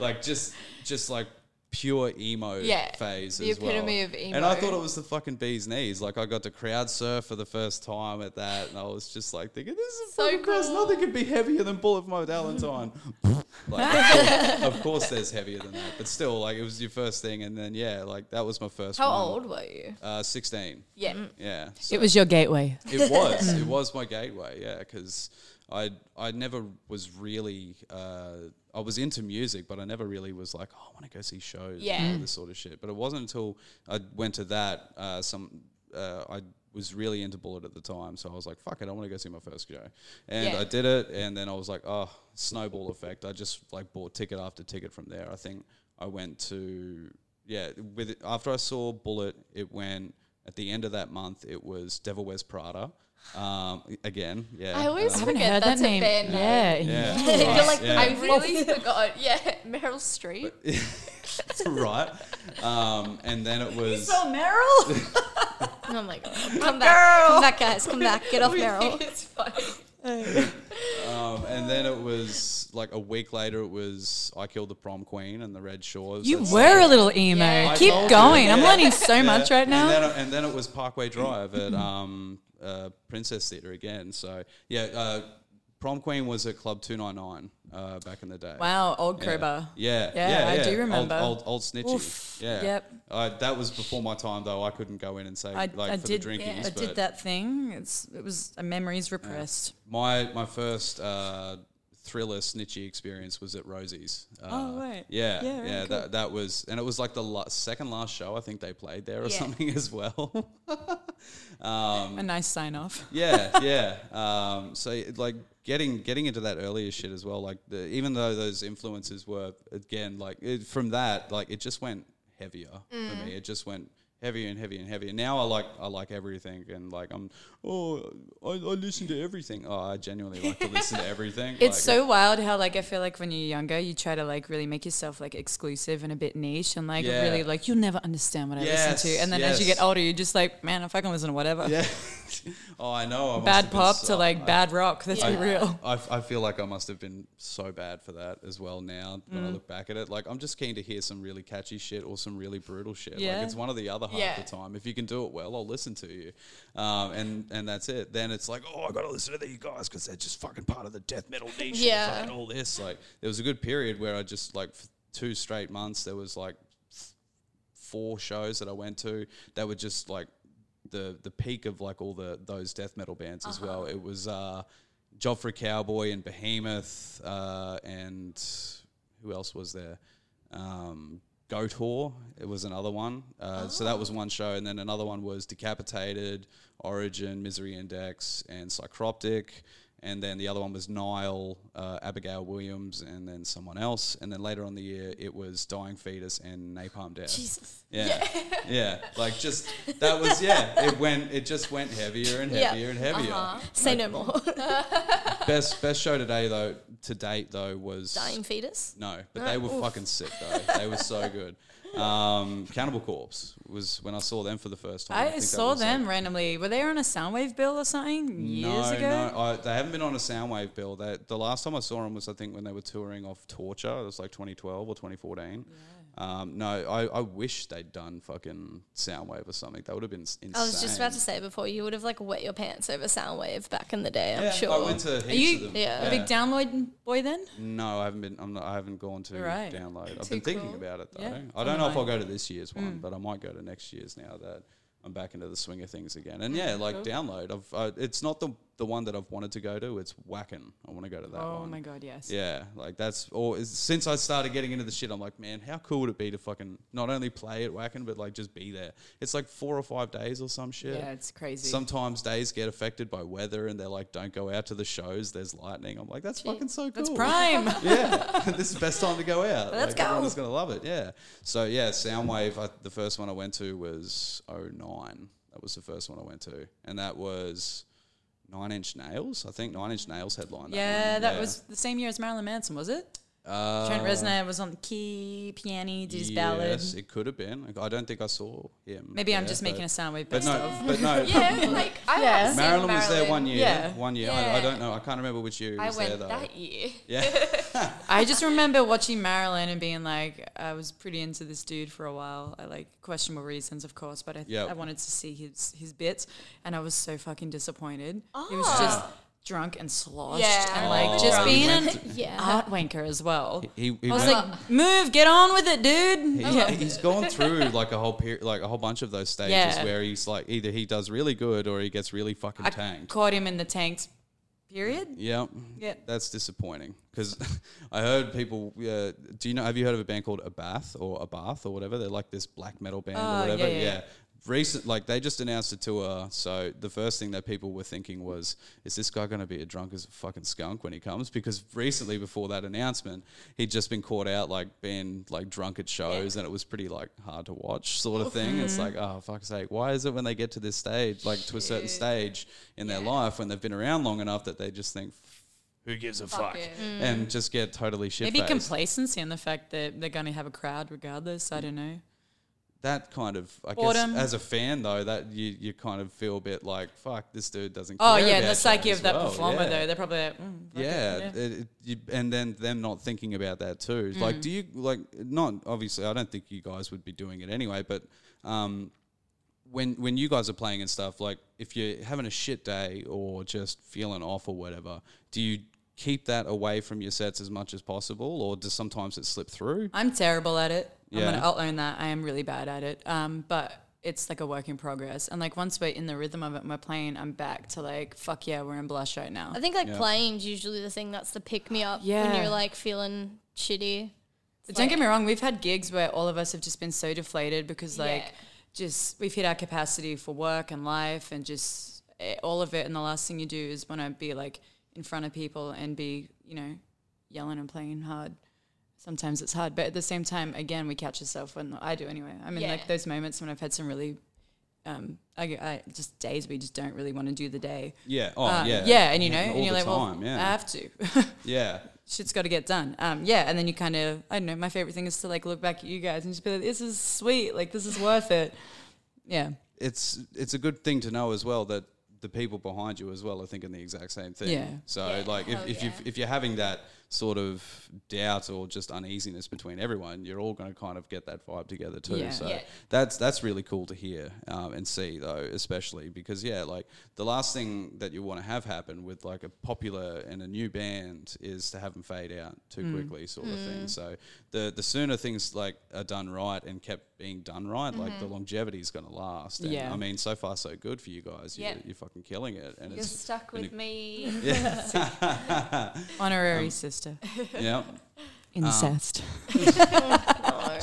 Speaker 1: like just just like pure emo
Speaker 5: Yeah,
Speaker 1: phase.
Speaker 5: the
Speaker 1: as well.
Speaker 5: epitome of emo.
Speaker 1: And I thought it was the fucking bee's knees. Like I got to crowd surf for the first time at that, and I was just like thinking, this is so fucking cool. Nothing could be heavier than Bullet for My Valentine. like, of course, there's heavier than that, but still, like it was your first thing, and then yeah, like that was my first.
Speaker 4: How
Speaker 1: one.
Speaker 4: old were you?
Speaker 1: Uh, sixteen.
Speaker 5: Yeah.
Speaker 1: Yeah. so-
Speaker 3: It was your gateway.
Speaker 1: it was. it was my gateway. Yeah, because I I never was really. Uh, I was into music, but I never really was like, oh, I want to go see shows. and
Speaker 5: Yeah.
Speaker 1: all this sort of shit. But it wasn't until I went to that uh, some uh, I was really into Bullet at the time, so I was like, fuck it, I want to go see my first show, and
Speaker 5: Yeah.
Speaker 1: I did it. And then I was like, oh, snowball effect. I just like bought ticket after ticket from there. I think I went to yeah with after I saw Bullet, it went at the end of that month. It was Devil Wears Prada. Um, again, yeah. Um,
Speaker 5: I always
Speaker 3: I haven't
Speaker 5: forget
Speaker 3: heard that
Speaker 5: that's a
Speaker 3: name.
Speaker 5: band name.
Speaker 3: Yeah.
Speaker 1: yeah.
Speaker 5: You're like,
Speaker 1: Yeah.
Speaker 5: I really forgot. Yeah, Meryl Streep.
Speaker 1: right. Um, and then it was
Speaker 3: Meryl?
Speaker 4: Oh my god! Come back, come back, guys, come back. Get off Meryl.
Speaker 5: it's funny.
Speaker 1: um, and then it was like a week later. It was I killed the prom queen and the Red Shores.
Speaker 3: You
Speaker 1: That's-
Speaker 3: were a little emo.
Speaker 5: I
Speaker 3: Keep
Speaker 1: told
Speaker 3: going.
Speaker 1: you.
Speaker 3: I'm learning so
Speaker 1: Yeah.
Speaker 3: much right now.
Speaker 1: And then, uh, and then it was Parkway Drive at um, uh, Princess Theatre again. So yeah, uh, Prom Queen was at Club Two Nine Nine uh, back in the day.
Speaker 3: wow, old
Speaker 1: Yeah.
Speaker 3: crowbar.
Speaker 1: Yeah,
Speaker 3: Yeah, I do
Speaker 1: Old-
Speaker 3: remember.
Speaker 1: Old, old, snitchy.
Speaker 3: Oof.
Speaker 1: Yeah.
Speaker 3: Yep.
Speaker 1: Uh, that was before my time, though. I couldn't go in and say,
Speaker 3: I,
Speaker 1: like,
Speaker 3: I
Speaker 1: for
Speaker 3: did.
Speaker 1: the drinkies.
Speaker 3: I
Speaker 1: but Uh,
Speaker 3: did that thing. It's it was a memories repressed.
Speaker 1: My, my first uh, thriller snitchy experience was at Rosie's. Uh,
Speaker 3: Oh, right.
Speaker 1: Yeah.
Speaker 3: Yeah,
Speaker 1: Yeah.
Speaker 3: right,
Speaker 1: that, that was, and it was like the la- second last show I think they played there or something as well.
Speaker 3: A nice sign off.
Speaker 1: yeah, yeah. Um, so it- like getting getting into that earlier shit as well. Like the, even though those influences were again like it, from that, like it just went heavier
Speaker 3: Mm.
Speaker 1: for me. It just went heavier and heavier and heavier. Now I like I like everything and like I'm oh I, I listen to everything. Oh, I genuinely like to listen to everything.
Speaker 3: It's
Speaker 1: Like,
Speaker 3: so wild how like I feel like when you're younger, you try to like really make yourself like exclusive and a bit niche and like
Speaker 1: Yeah.
Speaker 3: really like you'll never understand what I
Speaker 1: Yes,
Speaker 3: listen to. And then as you
Speaker 1: yes.
Speaker 3: get older, you're just like, man, if I can listen to whatever,
Speaker 1: yeah. oh, I know. I must
Speaker 3: bad
Speaker 1: have been
Speaker 3: pop
Speaker 1: so-
Speaker 3: to like bad rock. Let's be real.
Speaker 1: I, f- I feel like I must have been so bad for that as well now when I look back at it. Like, I'm just keen to hear some really catchy shit or some really brutal shit.
Speaker 3: Yeah.
Speaker 1: Like, it's one or the other half
Speaker 5: Yeah.
Speaker 1: the time. If you can do it well, I'll listen to you. Um, and, and that's it. Then it's like, oh, i got to listen to these guys because they're just fucking part of the death metal nation.
Speaker 2: Yeah.
Speaker 1: And all this. Like, there was a good period where I just, like, for two straight months, there was like four shows that I went to that were just like the the peak of like all the those death metal bands as well. It was uh Job for a Cowboy and Behemoth uh, and who else was there? Um, Go Tour. It was another one. Uh, So that was one show, and then another one was Decapitated, Origin, Misery Index, and Psychroptic. And then the other one was Nile, uh, Abigail Williams, and then someone else. And then later on the year, it was Dying Fetus and Napalm Death.
Speaker 4: Jesus.
Speaker 1: Yeah. yeah. Like just that was yeah, it went it just went heavier and
Speaker 4: Yeah. Uh-huh.
Speaker 1: heavier and heavier.
Speaker 4: Say no more.
Speaker 1: Best best show today though to date though was
Speaker 4: Dying fetus.
Speaker 1: No, but they were fucking sick though. They were so good. Um, Cannibal Corpse was when I saw them for the first time.
Speaker 3: I,
Speaker 1: think that
Speaker 3: saw
Speaker 1: was, like,
Speaker 3: them randomly. Were they on a Soundwave bill or something years
Speaker 1: no,
Speaker 3: ago?
Speaker 1: No, I, they haven't been on a Soundwave bill. They, the last time I saw them was, I think, when they were touring off Torture. It was like 2012 or 2014. Um, no, I, I wish they'd done fucking Soundwave or something. That would have been s- insane.
Speaker 4: I was just about to say before you would have like wet your pants over Soundwave back in the day. I'm
Speaker 1: Yeah,
Speaker 4: sure.
Speaker 1: I went to heaps
Speaker 3: Are you
Speaker 1: of them.
Speaker 4: Yeah.
Speaker 3: a big download boy then?
Speaker 1: No, I haven't been. I'm not, I haven't gone to
Speaker 3: Right.
Speaker 1: download. I've
Speaker 3: Too
Speaker 1: been thinking
Speaker 3: cool.
Speaker 1: about it though.
Speaker 3: Yeah.
Speaker 1: I don't know if I'll go to this year's one,
Speaker 3: Mm.
Speaker 1: but I might go to next year's now that I'm back into the swing of things again.
Speaker 3: Oh,
Speaker 1: And yeah, like download. I've, uh, it's not the the one that I've wanted to go to. It's Whacken. I want to go to that
Speaker 3: Oh
Speaker 1: one.
Speaker 3: my god, yes.
Speaker 1: Yeah, like that's or is, since I started getting into the shit, I'm like, man, how cool would it be to fucking not only play at Wacken, but like just be there? It's like four or five days or some shit.
Speaker 3: Yeah, it's crazy.
Speaker 1: Sometimes days get affected by weather, and they're like, don't go out to the shows. There's lightning. I'm like, that's fucking so cool.
Speaker 3: That's prime.
Speaker 1: Yeah, this is the best time to go out.
Speaker 4: Let's
Speaker 1: like,
Speaker 4: go.
Speaker 1: Everyone's gonna love it. Yeah. So yeah, Soundwave. I, the first one I went to was 09. That was the first one I went to, and that was Nine Inch Nails. I think Nine Inch Nails headlined.
Speaker 3: yeah,
Speaker 1: one.
Speaker 3: that was the same year as Marilyn Manson, was it?
Speaker 1: Um, Uh,
Speaker 3: Trent Reznor was on the key piano, did his ballad.
Speaker 1: Yes, it could have been. Like, I don't think I saw him.
Speaker 3: Maybe I'm
Speaker 1: there,
Speaker 3: just making a
Speaker 1: but-
Speaker 3: soundwave
Speaker 1: But
Speaker 3: best
Speaker 1: no,
Speaker 3: of.
Speaker 1: but no.
Speaker 5: Yeah, like I
Speaker 3: Yeah.
Speaker 5: yeah.
Speaker 1: Marilyn was there one year.
Speaker 3: Yeah.
Speaker 1: One year. I, I don't know. I can't remember which year he
Speaker 5: I
Speaker 1: was there
Speaker 5: went
Speaker 1: though.
Speaker 5: that year.
Speaker 1: Yeah.
Speaker 3: I just remember watching Marilyn and being like, I was pretty into this dude for a while. I like questionable reasons, of course, but I,
Speaker 1: Yep.
Speaker 3: I wanted to see his his bits, and I was so fucking disappointed. He was just drunk and sloshed,
Speaker 5: Yeah.
Speaker 3: and like
Speaker 1: Ah. Oh,
Speaker 3: just
Speaker 1: he
Speaker 3: being an
Speaker 1: went
Speaker 4: Yeah.
Speaker 3: art wanker as well.
Speaker 1: He, he
Speaker 3: I was
Speaker 1: went-
Speaker 3: like, move, get on with it, dude.
Speaker 1: He's, he's gone through like a whole period, like a whole bunch of those stages
Speaker 3: Yeah.
Speaker 1: where he's like either he does really good or he gets really fucking
Speaker 3: I
Speaker 1: tanked.
Speaker 3: caught him in the tanks. Period.
Speaker 1: Yeah,
Speaker 3: Yeah.
Speaker 1: that's disappointing because I heard people. Uh, do you know? Have you heard of a band called Abath or Abath or whatever? They're like this black metal band or
Speaker 3: Oh,
Speaker 1: whatever.
Speaker 3: yeah, yeah, yeah.
Speaker 1: Recent, like they just announced a tour, so the first thing that people were thinking was, "Is this guy going to be a drunk as a fucking skunk when he comes?" Because recently, before that announcement, he'd just been caught out like being like drunk at shows, and it was pretty like hard to watch, sort of thing.
Speaker 3: Mm-hmm.
Speaker 1: It's like, oh fuck's sake, why is it when they get to this stage, like to a certain stage in their life, when they've been around long enough that they just think, "Who gives a fuck?" and just get totally shit.
Speaker 3: Mm. Maybe complacency in the fact that they're going to have a crowd regardless. I don't know.
Speaker 1: that kind of I
Speaker 3: Boredom.
Speaker 1: guess as a fan though that you, you kind of feel a bit like fuck this dude doesn't
Speaker 3: Oh
Speaker 1: care
Speaker 3: yeah,
Speaker 1: about
Speaker 3: the
Speaker 1: you
Speaker 3: psyche
Speaker 1: as
Speaker 3: of that
Speaker 1: well."
Speaker 3: performer
Speaker 1: yeah.
Speaker 3: though. They're probably like, mm, fuck it,
Speaker 1: yeah, It, it, you, and then them not thinking about that too
Speaker 3: Mm.
Speaker 1: like do you like not obviously I don't think you guys would be doing it anyway but um when when you guys are playing and stuff like if you're having a shit day or just feeling off or whatever do you keep that away from your sets as much as possible or does sometimes it slip through
Speaker 3: I'm terrible at it. I'm
Speaker 1: Yeah.
Speaker 3: gonna, I'll own that. I am really bad at it. Um, but it's like a work in progress. And like once we're in the rhythm of it, and we're playing. I'm back to like, fuck yeah, we're in blush right now.
Speaker 4: I think like playing's usually the thing that's the pick me up when
Speaker 3: Yeah.
Speaker 4: you're like feeling shitty.
Speaker 3: But don't get me wrong, we've had gigs where all of us have just been so deflated because like just we've hit our capacity for work and life and just eh, all of it. And the last thing you do is want to be like in front of people and be you know yelling and playing hard. Sometimes it's hard, but at the same time, again, we catch ourselves when I do anyway. I mean, like those moments when I've had some really, um, I, I just days we just don't really want to do the day.
Speaker 1: yeah oh
Speaker 3: Um,
Speaker 1: yeah
Speaker 3: yeah, and you know,
Speaker 1: All
Speaker 3: and you're
Speaker 1: the
Speaker 3: like,
Speaker 1: time,
Speaker 3: well, uh,
Speaker 1: yeah.
Speaker 3: I have to.
Speaker 1: yeah
Speaker 3: shit's got to get done. Um, yeah, and then you kind of, I don't know. My favorite thing is to like look back at you guys and just be like, "This is sweet. Like this is worth it." Yeah,
Speaker 1: it's it's a good thing to know as well that the people behind you as well are thinking the exact same thing.
Speaker 3: Yeah.
Speaker 1: So like if, if you if you're having that sort of doubt or just uneasiness between everyone, you're all going to kind of get that vibe together too.
Speaker 3: Yeah.
Speaker 1: So that's that's really cool to hear um, and see though, especially because yeah, like the last thing that you want to have happen with like a popular and a new band is to have
Speaker 3: Mm.
Speaker 1: them fade out too quickly, sort of thing. So the the sooner things like are done right and kept being done right, like
Speaker 3: Mm-hmm.
Speaker 1: the longevity is going to last. And
Speaker 3: Yeah.
Speaker 1: I mean, so far so good for you guys. You're,
Speaker 5: Yeah.
Speaker 1: you're fucking killing it, and
Speaker 5: You're
Speaker 1: it's
Speaker 5: stuck with
Speaker 1: an-
Speaker 5: me.
Speaker 3: Honorary sister.
Speaker 1: yeah.
Speaker 3: Incest.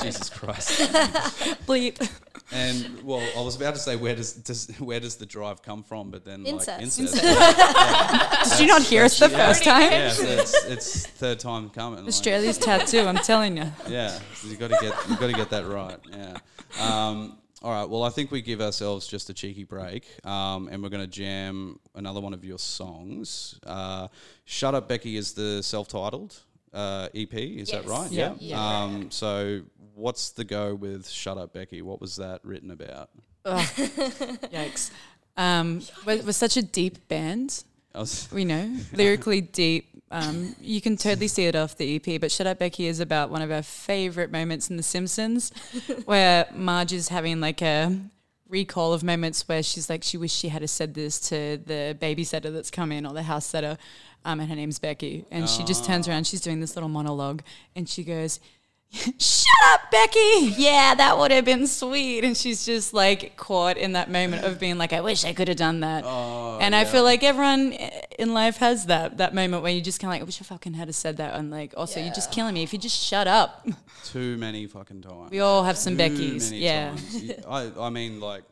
Speaker 1: Jesus Christ.
Speaker 3: Bleep.
Speaker 1: And well, I was about to say where does, does where does the drive come from, but then like
Speaker 4: Incest.
Speaker 1: incest.
Speaker 3: Did you not hear us the first time?
Speaker 1: yeah, so it's, it's third time coming. like-
Speaker 3: Australia's tattoo, I'm telling you.
Speaker 1: Yeah, so you got to get you got to get that right. Yeah. Um, all right. Well, I think we give ourselves just a cheeky break, um, and we're going to jam another one of your songs. Uh, "Shut Up, Becky" is the self-titled uh, EP. Is that right?
Speaker 3: Yeah.
Speaker 1: Um, so, what's the go with "Shut Up, Becky"? What was that written about?
Speaker 3: Yikes. Um, we're, we're such a deep band,
Speaker 1: I was-
Speaker 3: we know, lyrically deep. Um, you can totally see it off the EP, but Shut Up Becky is about one of our favorite moments in The Simpsons where Marge is having like a recall of moments where she's like, she wished she had said this to the babysitter that's come in or the house setter, um, and her name's Becky. And she just turns around, she's doing this little monologue, and she goes, shut up, Becky. Yeah, that would have been sweet. And she's just like caught in that moment of being like, I wish I could have done that.
Speaker 1: Oh,
Speaker 3: and I feel like everyone eh, in life has that that moment where you just kind of like, I wish I fucking had have said that. And like, also, you're just killing me if you just shut up.
Speaker 1: too many fucking times.
Speaker 3: We all have some
Speaker 1: Too
Speaker 3: Beckys.
Speaker 1: many
Speaker 3: Yeah.
Speaker 1: times. You- I, I mean, like,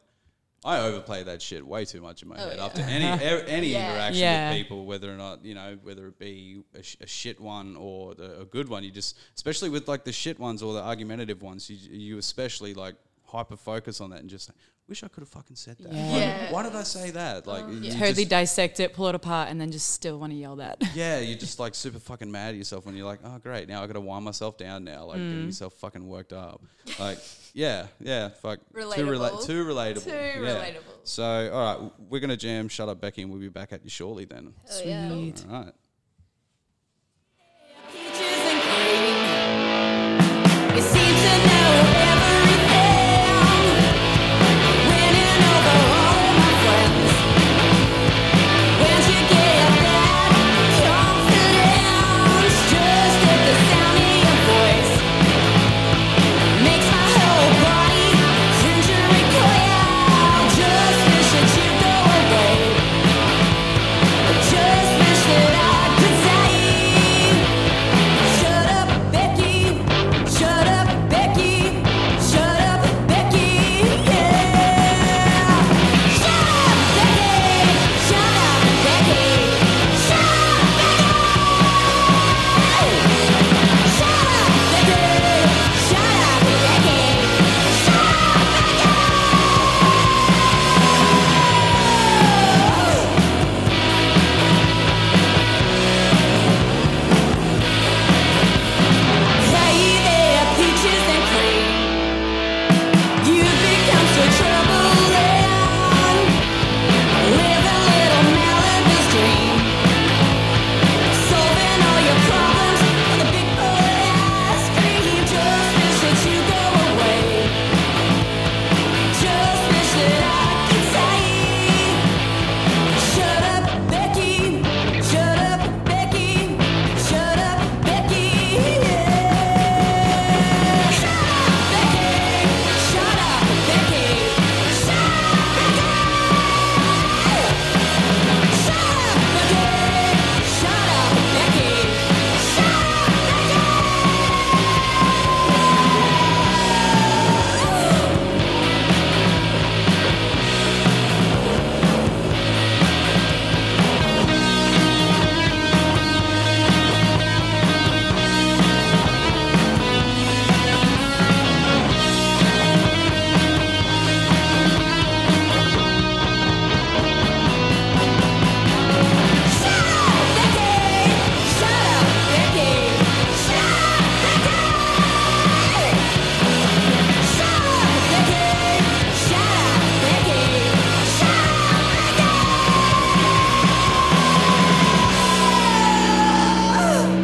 Speaker 1: I overplay that shit way too much in my head. After any er, any interaction
Speaker 3: Yeah.
Speaker 1: with people, whether or not you know, whether it be a, sh- a shit one or the, a good one, you just, especially with like the shit ones or the argumentative ones, you you especially like hyper focus on that and just. Wish I could have fucking said that. Why, why did I say that? Like, you just-
Speaker 3: Totally dissect it, pull it apart, and then just still want to yell that.
Speaker 1: yeah, you're just like super fucking mad at yourself when you're like, oh great, now I gotta wind myself down now, like
Speaker 5: Mm.
Speaker 1: getting yourself fucking worked up. Like, yeah, yeah, fuck. Too,
Speaker 5: Relatable.
Speaker 1: too relatable.
Speaker 5: Too
Speaker 1: yeah.
Speaker 5: relatable.
Speaker 1: So, all right, w- we're gonna jam. Shut up, Becky, and we'll be back at you shortly. Then.
Speaker 3: Sweet.
Speaker 1: All right.
Speaker 6: Just wish that I could say Shut up, Becky. Shut up, Becky. Shut up, Becky. Yeah. Shut up, Becky. Shut up, Becky. Shut up, Becky. Shut up, Becky. Shut up, Becky. Shut up, Becky. Hey there, peaches and cream. You've become so troubling. Live a little Malibu's dream. Solving all your problems with a big bowl of ice cream. Just wish that you go away. Just wish that I could say. Shut up, Becky. Shut up, Becky. Shut up, Becky. Yeah. Shut up, Becky. Shut up, Becky. Shut up, Becky. Shut up, Becky. Shut up, Becky. Shut up, Becky. Shut up, Becky! Shut up, Becky! Shut up, Becky! Shut up, Becky! Shut up, Becky! Shut up, Becky!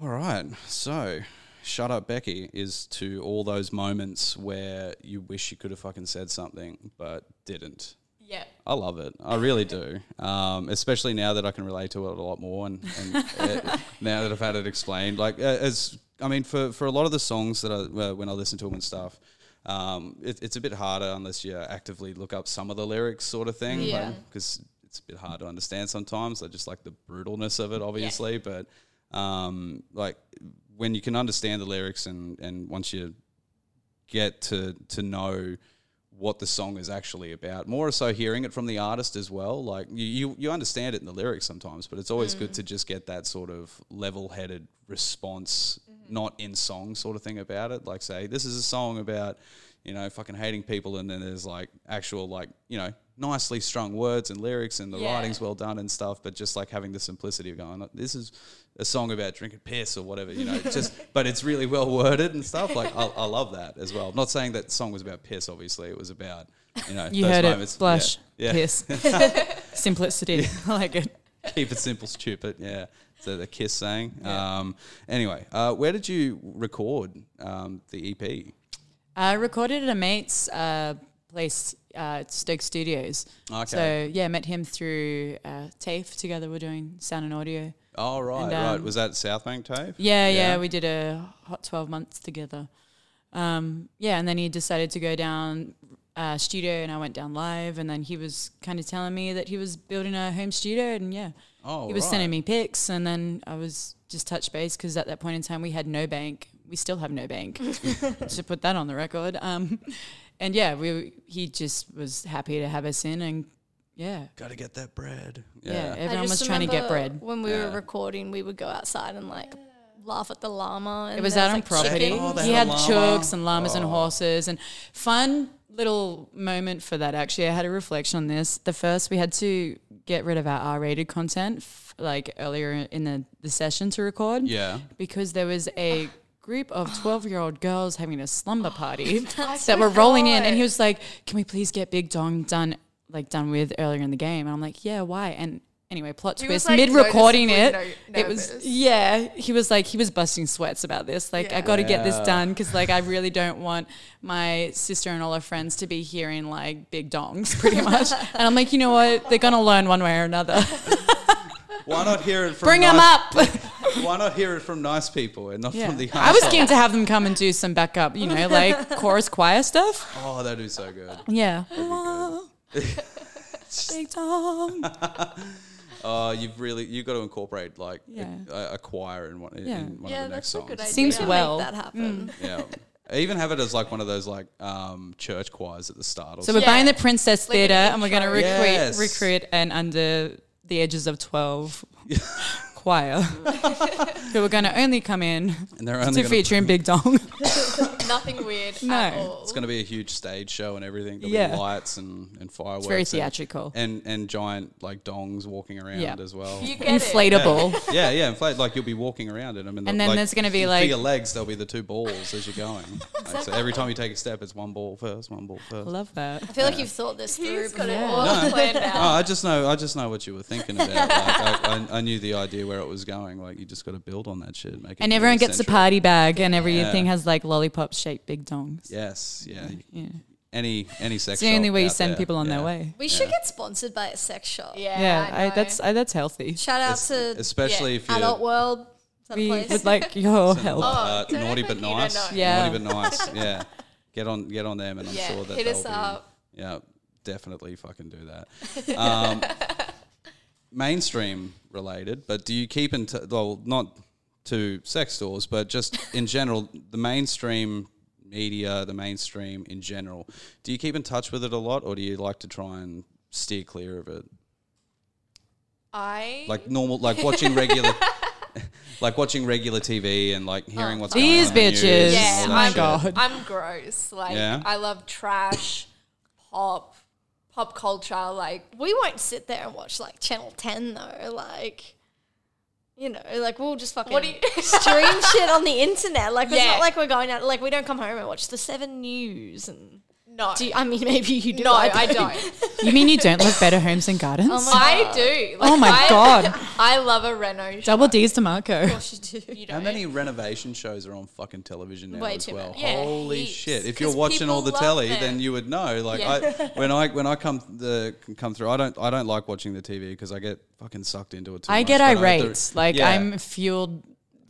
Speaker 1: All right. So, shut up, Becky, is to all those moments where you wish you could have fucking said something but didn't.
Speaker 5: Yeah.
Speaker 1: I love it. I really do. Um, especially now that I can relate to it a lot more, and, and uh, now that I've had it explained, like uh, as I mean, for for a lot of the songs that I uh, when I listen to them and stuff. Um, it, it's a bit harder unless you actively look up some of the lyrics, sort of thing,
Speaker 2: Yeah.
Speaker 1: because it's a bit hard to understand sometimes. I just like the brutalness of it, obviously, but um, like when you can understand the lyrics and and once you get to to know what the song is actually about. More so hearing it from the artist as well. Like you you, you understand it in the lyrics sometimes, but it's always good to just get that sort of level headed response, not in song sort of thing about it. Like say, this is a song about, you know, fucking hating people and then there's like actual like, you know, nicely strung words and lyrics and the
Speaker 2: Yeah.
Speaker 1: writing's well done and stuff, but just like having the simplicity of going, this is a song about drinking piss or whatever, you know, just, but it's really well worded and stuff. Like, I, I love that as well. I'm not saying that song was about piss, obviously. It was about, you know,
Speaker 3: You
Speaker 1: those
Speaker 3: heard
Speaker 1: moments.
Speaker 3: it. Blush.
Speaker 1: Yeah. yeah.
Speaker 3: Piss. Simplicity. I like it.
Speaker 1: Keep it simple, stupid. Yeah. So the kiss saying. Um, anyway, uh, where did you record um, the EP?
Speaker 3: I Uh, recorded at a mate's uh, place, uh, at Stoke Studios.
Speaker 1: Okay.
Speaker 3: So yeah, met him through uh, TAFE. Together we're doing sound and audio.
Speaker 1: Oh, right,
Speaker 3: And,
Speaker 1: right.
Speaker 3: um,
Speaker 1: Was that South Bank Tape?
Speaker 3: Yeah, yeah, we did a hot twelve months together. Um, yeah, and then he decided to go down uh, studio, and I went down live, and then he was kind of telling me that he was building a home studio, and yeah,
Speaker 1: Oh,
Speaker 3: he was
Speaker 1: right.
Speaker 3: sending me pics, and then I was just touch base because at that point in time we had no bank, we still have no bank. to put that on the record, um, and yeah, we he just was happy to have us in, and yeah,
Speaker 1: Got to get that bread.
Speaker 3: yeah,
Speaker 1: Yeah.
Speaker 3: everyone
Speaker 4: just
Speaker 3: was trying to get
Speaker 4: remember
Speaker 3: bread.
Speaker 4: When we
Speaker 1: Yeah.
Speaker 4: were recording, we would go outside and like laugh at the llama. And
Speaker 3: It was
Speaker 4: there
Speaker 3: out on
Speaker 4: like,
Speaker 3: property.
Speaker 4: chickens.
Speaker 1: Oh, they
Speaker 3: he
Speaker 1: had
Speaker 3: had
Speaker 1: a llama.
Speaker 3: chooks and llamas and horses and fun little moment for that. Actually, I had a reflection on this. The first we had to get rid of our R-rated content f- like earlier in the, the session to record.
Speaker 1: Yeah.
Speaker 3: because there was a group of 12-year-old girls having a slumber party that were rolling in, and he was like, "Can we please get Big Dong done like done with earlier in the game?" And I'm like, "Yeah, why?" And anyway, plot
Speaker 5: He was,
Speaker 3: twist
Speaker 5: like,
Speaker 3: mid recording it,
Speaker 5: noticeably no-
Speaker 3: it was
Speaker 5: nervous.
Speaker 3: yeah, he was like, he was busting sweats about this. Like, I got to get this
Speaker 1: Yeah.
Speaker 3: done because, like, I really don't want my sister and all her friends to be hearing like big dongs, pretty much. and I'm like, you know what? They're gonna learn one way or another.
Speaker 1: Why not hear it from
Speaker 3: Bring them
Speaker 1: nice-
Speaker 3: up.
Speaker 1: Why not hear it from nice people and not
Speaker 3: Yeah.
Speaker 1: from the
Speaker 3: I was
Speaker 1: arsehole?
Speaker 3: keen to have them come and do some backup, you know, like chorus choir stuff.
Speaker 1: Oh, that'd be so good.
Speaker 3: Yeah.
Speaker 1: Oh,
Speaker 3: Big dong.
Speaker 1: you've really you've got to incorporate like
Speaker 3: Yeah.
Speaker 1: a, a choir in one
Speaker 3: Yeah.
Speaker 1: in one
Speaker 2: Yeah,
Speaker 1: of the next
Speaker 2: that's a
Speaker 1: songs.
Speaker 2: good idea.
Speaker 3: Seems
Speaker 2: Yeah.
Speaker 3: well.
Speaker 4: That
Speaker 3: Mm.
Speaker 4: happened.
Speaker 1: Yeah. I even have it as like one of those like um, church choirs at the start. Or
Speaker 3: So we're
Speaker 1: something.
Speaker 3: buying the Princess Theatre and we're going to recruit,
Speaker 1: Yes.
Speaker 3: recruit an under the ages of 12 choir who are going to only come in
Speaker 1: And they're only
Speaker 3: to
Speaker 1: gonna
Speaker 3: feature in Big Dong.
Speaker 2: Nothing weird at
Speaker 3: No.
Speaker 2: all.
Speaker 1: It's going to be a huge stage show and everything. There'll
Speaker 3: Yeah.
Speaker 1: be lights and, and fireworks.
Speaker 3: very
Speaker 1: and-
Speaker 3: theatrical.
Speaker 1: And, and giant like dongs walking around
Speaker 3: Yeah.
Speaker 1: as well.
Speaker 2: You get it.
Speaker 3: Inflatable.
Speaker 1: yeah, yeah. In fact, like you'll be walking around in them, and,
Speaker 3: And
Speaker 1: the-
Speaker 3: then there's gonna be,
Speaker 1: for
Speaker 3: like-
Speaker 1: your legs. There'll be the two balls as you're going. Like, so every time you take a step, it's one ball first, one ball first.
Speaker 3: I love that.
Speaker 4: I feel like you've thought this through
Speaker 2: He's got
Speaker 4: before.
Speaker 2: it all planned out.
Speaker 1: Oh, I just know. I just know what you were thinking about. Like, I, I, I knew the idea where it was going. Like you just got to build on that shit. Make it
Speaker 3: And everyone gets a
Speaker 1: central.
Speaker 3: party bag and everything has like lollipop shaped Big Dongs.
Speaker 1: Yes. Yeah. Any any sex.
Speaker 3: It's the only
Speaker 1: shop
Speaker 3: way you
Speaker 1: out
Speaker 3: send
Speaker 1: there.
Speaker 3: people on
Speaker 1: Yeah.
Speaker 3: their way.
Speaker 4: We should get sponsored by a sex shop.
Speaker 2: Yeah,
Speaker 3: Yeah, I,
Speaker 2: know.
Speaker 3: that's I, that's healthy.
Speaker 4: Shout out to
Speaker 1: Especially if you're
Speaker 4: Uh, Adult World. Is that a
Speaker 3: We
Speaker 4: place?
Speaker 3: would like your help.
Speaker 1: uh,
Speaker 2: don't
Speaker 1: naughty
Speaker 2: think
Speaker 1: but
Speaker 2: you don't
Speaker 1: nice.
Speaker 2: know.
Speaker 3: Yeah.
Speaker 1: Naughty but nice. Yeah. Get on get on them, and I'm
Speaker 2: Yeah,
Speaker 1: sure that
Speaker 2: hit us
Speaker 1: they'll be-
Speaker 2: up.
Speaker 1: Yeah, definitely fucking do that. Um, mainstream related, but do you keep in t- well not to sex stores, but just in general the mainstream media, the mainstream in general. Do you keep in touch with it a lot, or do you like to try and steer clear of it?
Speaker 5: I
Speaker 1: Like normal, like watching regular. Like watching regular TV and like
Speaker 5: Oh.
Speaker 1: hearing what's
Speaker 3: These
Speaker 1: going on. in the news
Speaker 3: bitches.
Speaker 1: and
Speaker 5: Yeah,
Speaker 1: all that
Speaker 3: my
Speaker 5: I'm,
Speaker 1: shit.
Speaker 3: God.
Speaker 5: I'm gross. Like
Speaker 1: Yeah?
Speaker 5: I love trash, pop, pop culture. Like
Speaker 4: we won't sit there and watch like Channel 10 though. Like, you know, like we'll just fucking
Speaker 2: What do you-
Speaker 4: stream shit on the internet. Like, it's
Speaker 2: Yeah.
Speaker 4: not like we're going out, like, we don't come home and watch the seven news and
Speaker 5: No.
Speaker 4: Do you, I mean, maybe you do.
Speaker 5: no, I don't.
Speaker 3: You mean you don't love better homes and gardens?
Speaker 4: Uh,
Speaker 5: I do.
Speaker 3: Oh my
Speaker 5: Oh I,
Speaker 3: God.
Speaker 5: I love a reno. shop.
Speaker 3: Double D's to Marco.
Speaker 5: You
Speaker 1: How
Speaker 5: know?
Speaker 1: many renovation shows are on fucking television now
Speaker 4: Way
Speaker 1: as
Speaker 4: too
Speaker 1: well?
Speaker 4: many.
Speaker 5: Yeah,
Speaker 1: Holy
Speaker 5: heaps.
Speaker 1: shit! If you're
Speaker 5: 'Cause
Speaker 1: watching all the
Speaker 5: people
Speaker 1: telly,
Speaker 5: love them.
Speaker 1: then you would know. Like I,
Speaker 5: Yeah.
Speaker 1: when I when I come the come through, I don't I don't like watching the TV because I get fucking sucked into it. Too
Speaker 3: I
Speaker 1: much,
Speaker 3: get
Speaker 1: but have
Speaker 3: irate.
Speaker 1: to-
Speaker 3: like
Speaker 1: Yeah.
Speaker 3: I'm fueled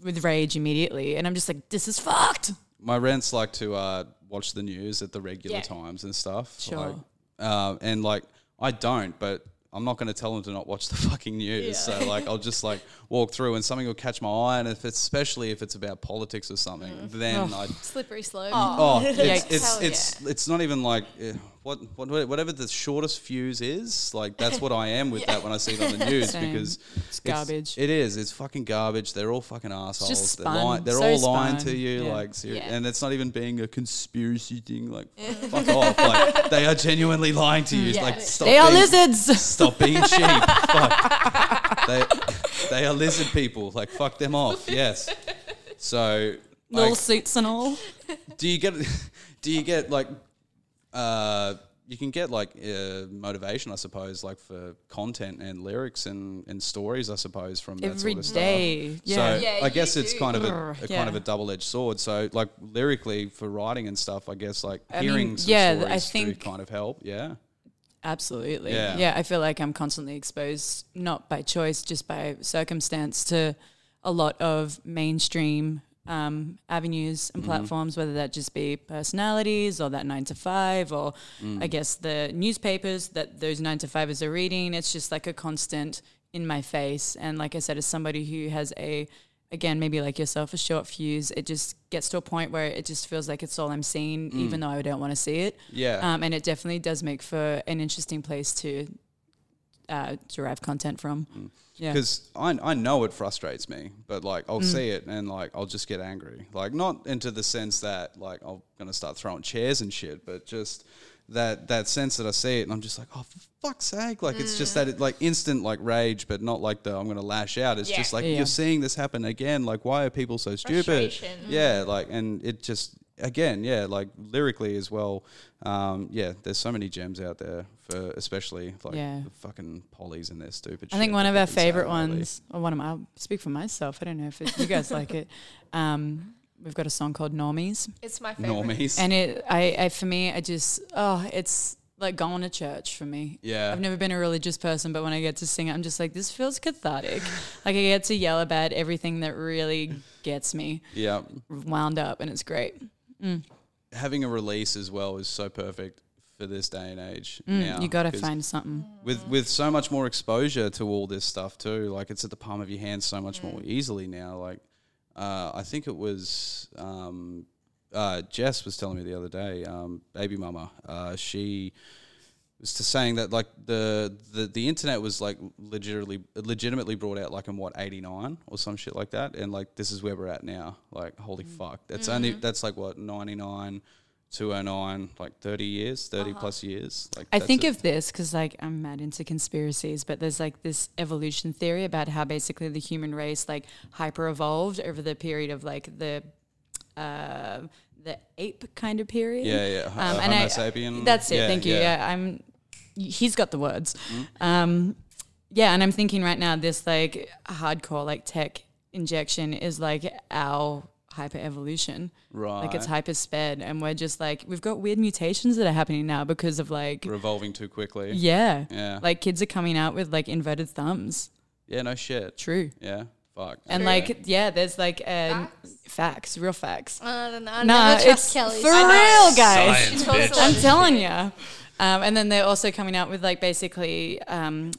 Speaker 3: with rage immediately, and I'm just like, this is fucked.
Speaker 1: my rents like to uh, watch the news at the regular times and stuff.
Speaker 3: Sure.
Speaker 1: Like, uh, and like I don't, but I'm not going to tell them to not watch the fucking news. So like I'll just like walk through and something will catch my eye, and if it's, especially if it's about politics or something, then I.
Speaker 4: Slippery slope.
Speaker 1: Oh, it's it's
Speaker 5: Hell
Speaker 1: it's, it's not even like eh, what, what whatever the shortest fuse is. Like that's what I am with that when I see it on the news
Speaker 3: Same.
Speaker 1: because
Speaker 3: It's garbage.
Speaker 1: It is. It's fucking garbage. They're all fucking assholes.
Speaker 3: just
Speaker 1: They're, lying,
Speaker 3: spun.
Speaker 1: they're
Speaker 3: So
Speaker 1: all lying
Speaker 3: spun.
Speaker 1: to you.
Speaker 3: Yeah.
Speaker 1: Like seri-
Speaker 2: Yeah.
Speaker 1: and it's not even being a conspiracy thing. Like fuck off. Like they are genuinely lying to you. Like stop.
Speaker 3: They are
Speaker 1: being-
Speaker 3: lizards.
Speaker 1: Stop being sheep. fuck. They they are lizard people. Like fuck them off. Yes. So.
Speaker 3: Little
Speaker 1: like-
Speaker 3: suits and all.
Speaker 1: do you get do you get like uh you can get like uh, motivation i suppose like for content and lyrics and and stories i suppose from that
Speaker 3: Every
Speaker 1: sort of stuff.
Speaker 3: day. Yeah.
Speaker 1: so
Speaker 5: Yeah,
Speaker 1: i
Speaker 5: you
Speaker 1: guess it's
Speaker 5: do.
Speaker 1: kind of a, a
Speaker 3: Grr,
Speaker 1: kind of a
Speaker 3: yeah.
Speaker 1: double-edged sword so like lyrically for writing and stuff i guess like
Speaker 3: I mean,
Speaker 1: hearing some
Speaker 3: yeah,
Speaker 1: stories
Speaker 3: I
Speaker 1: do
Speaker 3: think-
Speaker 1: kind of help yeah
Speaker 3: Absolutely.
Speaker 1: Yeah.
Speaker 3: Yeah. I feel like I'm constantly exposed, not by choice, just by circumstance, to a lot of mainstream um, avenues and platforms, whether that just be personalities or that nine to five, or I guess the newspapers that those nine to fivers are reading. It's just like a constant in my face. And like I said, as somebody who has a again, maybe like yourself, a short fuse, it just gets to a point where it just feels like it's all I'm seeing, even though I don't want to see it.
Speaker 1: Yeah.
Speaker 3: Um, and it definitely does make for an interesting place to uh, derive content from.
Speaker 1: Mm.
Speaker 3: Yeah. Mm.
Speaker 1: because I, I know it frustrates me but like i'll see it and like i'll just get angry like not into the sense that like i'm gonna start throwing chairs and shit but just that that sense that i see it and i'm just like oh for fuck's sake like it's
Speaker 3: Mm.
Speaker 1: just that it, like instant like rage but not like the i'm gonna lash out it's just like
Speaker 3: Yeah.
Speaker 1: you're seeing this happen again like why are people so stupid
Speaker 5: Frustration.
Speaker 1: yeah like and it just again yeah like lyrically as well um yeah there's so many gems out there for especially like
Speaker 3: Yeah.
Speaker 1: the fucking pollies and their stupid
Speaker 3: I think
Speaker 1: shit
Speaker 3: one
Speaker 1: that
Speaker 3: of
Speaker 1: they've
Speaker 3: our
Speaker 1: been saying
Speaker 3: favorite
Speaker 1: lately.
Speaker 3: ones, or one of my, I'll speak for myself. I don't know if it, you guys like it. Um, we've got a song called Normies.
Speaker 5: It's my favorite.
Speaker 1: normies.
Speaker 3: And it, I, I, for me, I just, oh, it's like going to church for me.
Speaker 1: Yeah.
Speaker 3: I've never been a religious person, but when I get to sing it, I'm just like, this feels cathartic. like I get to yell about everything that really gets me
Speaker 1: yeah,
Speaker 3: wound up, and it's great.
Speaker 1: having a release as well is so perfect for this day and age. now,
Speaker 3: Mm, You got to
Speaker 1: 'cause
Speaker 3: find something.
Speaker 1: with with so much more exposure to all this stuff too. Like it's at the palm of your hand so much more easily now. Like uh, I think it was um, uh, Jess was telling me the other day, um, baby mama. Uh, she was to saying that like the, the the internet was like legitimately legitimately brought out like in what 89 or some shit like that and like this is where we're at now like holy fuck that's only that's like what 99 209 like 30 years 30 plus years like
Speaker 3: I
Speaker 1: that's
Speaker 3: think
Speaker 1: it.
Speaker 3: of this because, like, I'm mad into conspiracies, but there's like this evolution theory about how basically the human race like hyper evolved over the period of like the uh, the ape kind of period.
Speaker 1: Yeah, yeah,
Speaker 3: Um,
Speaker 1: ho- uh, Homo sapien.
Speaker 3: That's it.
Speaker 1: Yeah,
Speaker 3: thank you.
Speaker 1: yeah. Mm-hmm.
Speaker 3: Yeah. I'm. He's got the words. Um, yeah, and I'm thinking right now this like hardcore like tech injection is like our hyper evolution. Like it's hyper sped and we're just like we've got weird mutations that are happening now because of like
Speaker 1: revolving too quickly. Yeah,
Speaker 3: yeah.
Speaker 1: Yeah.
Speaker 3: Like kids are coming out with like inverted thumbs.
Speaker 1: no shit.
Speaker 3: True.
Speaker 1: Yeah, fuck.
Speaker 3: And
Speaker 1: Okay.
Speaker 3: like yeah, there's like um, facts. real facts.
Speaker 4: I don't know. I
Speaker 3: Nah,
Speaker 4: never trust
Speaker 3: it's
Speaker 4: Kelly.
Speaker 3: for real, guys.
Speaker 5: Bitch.
Speaker 3: I'm telling you. Um, and then they're also coming out with like basically, um,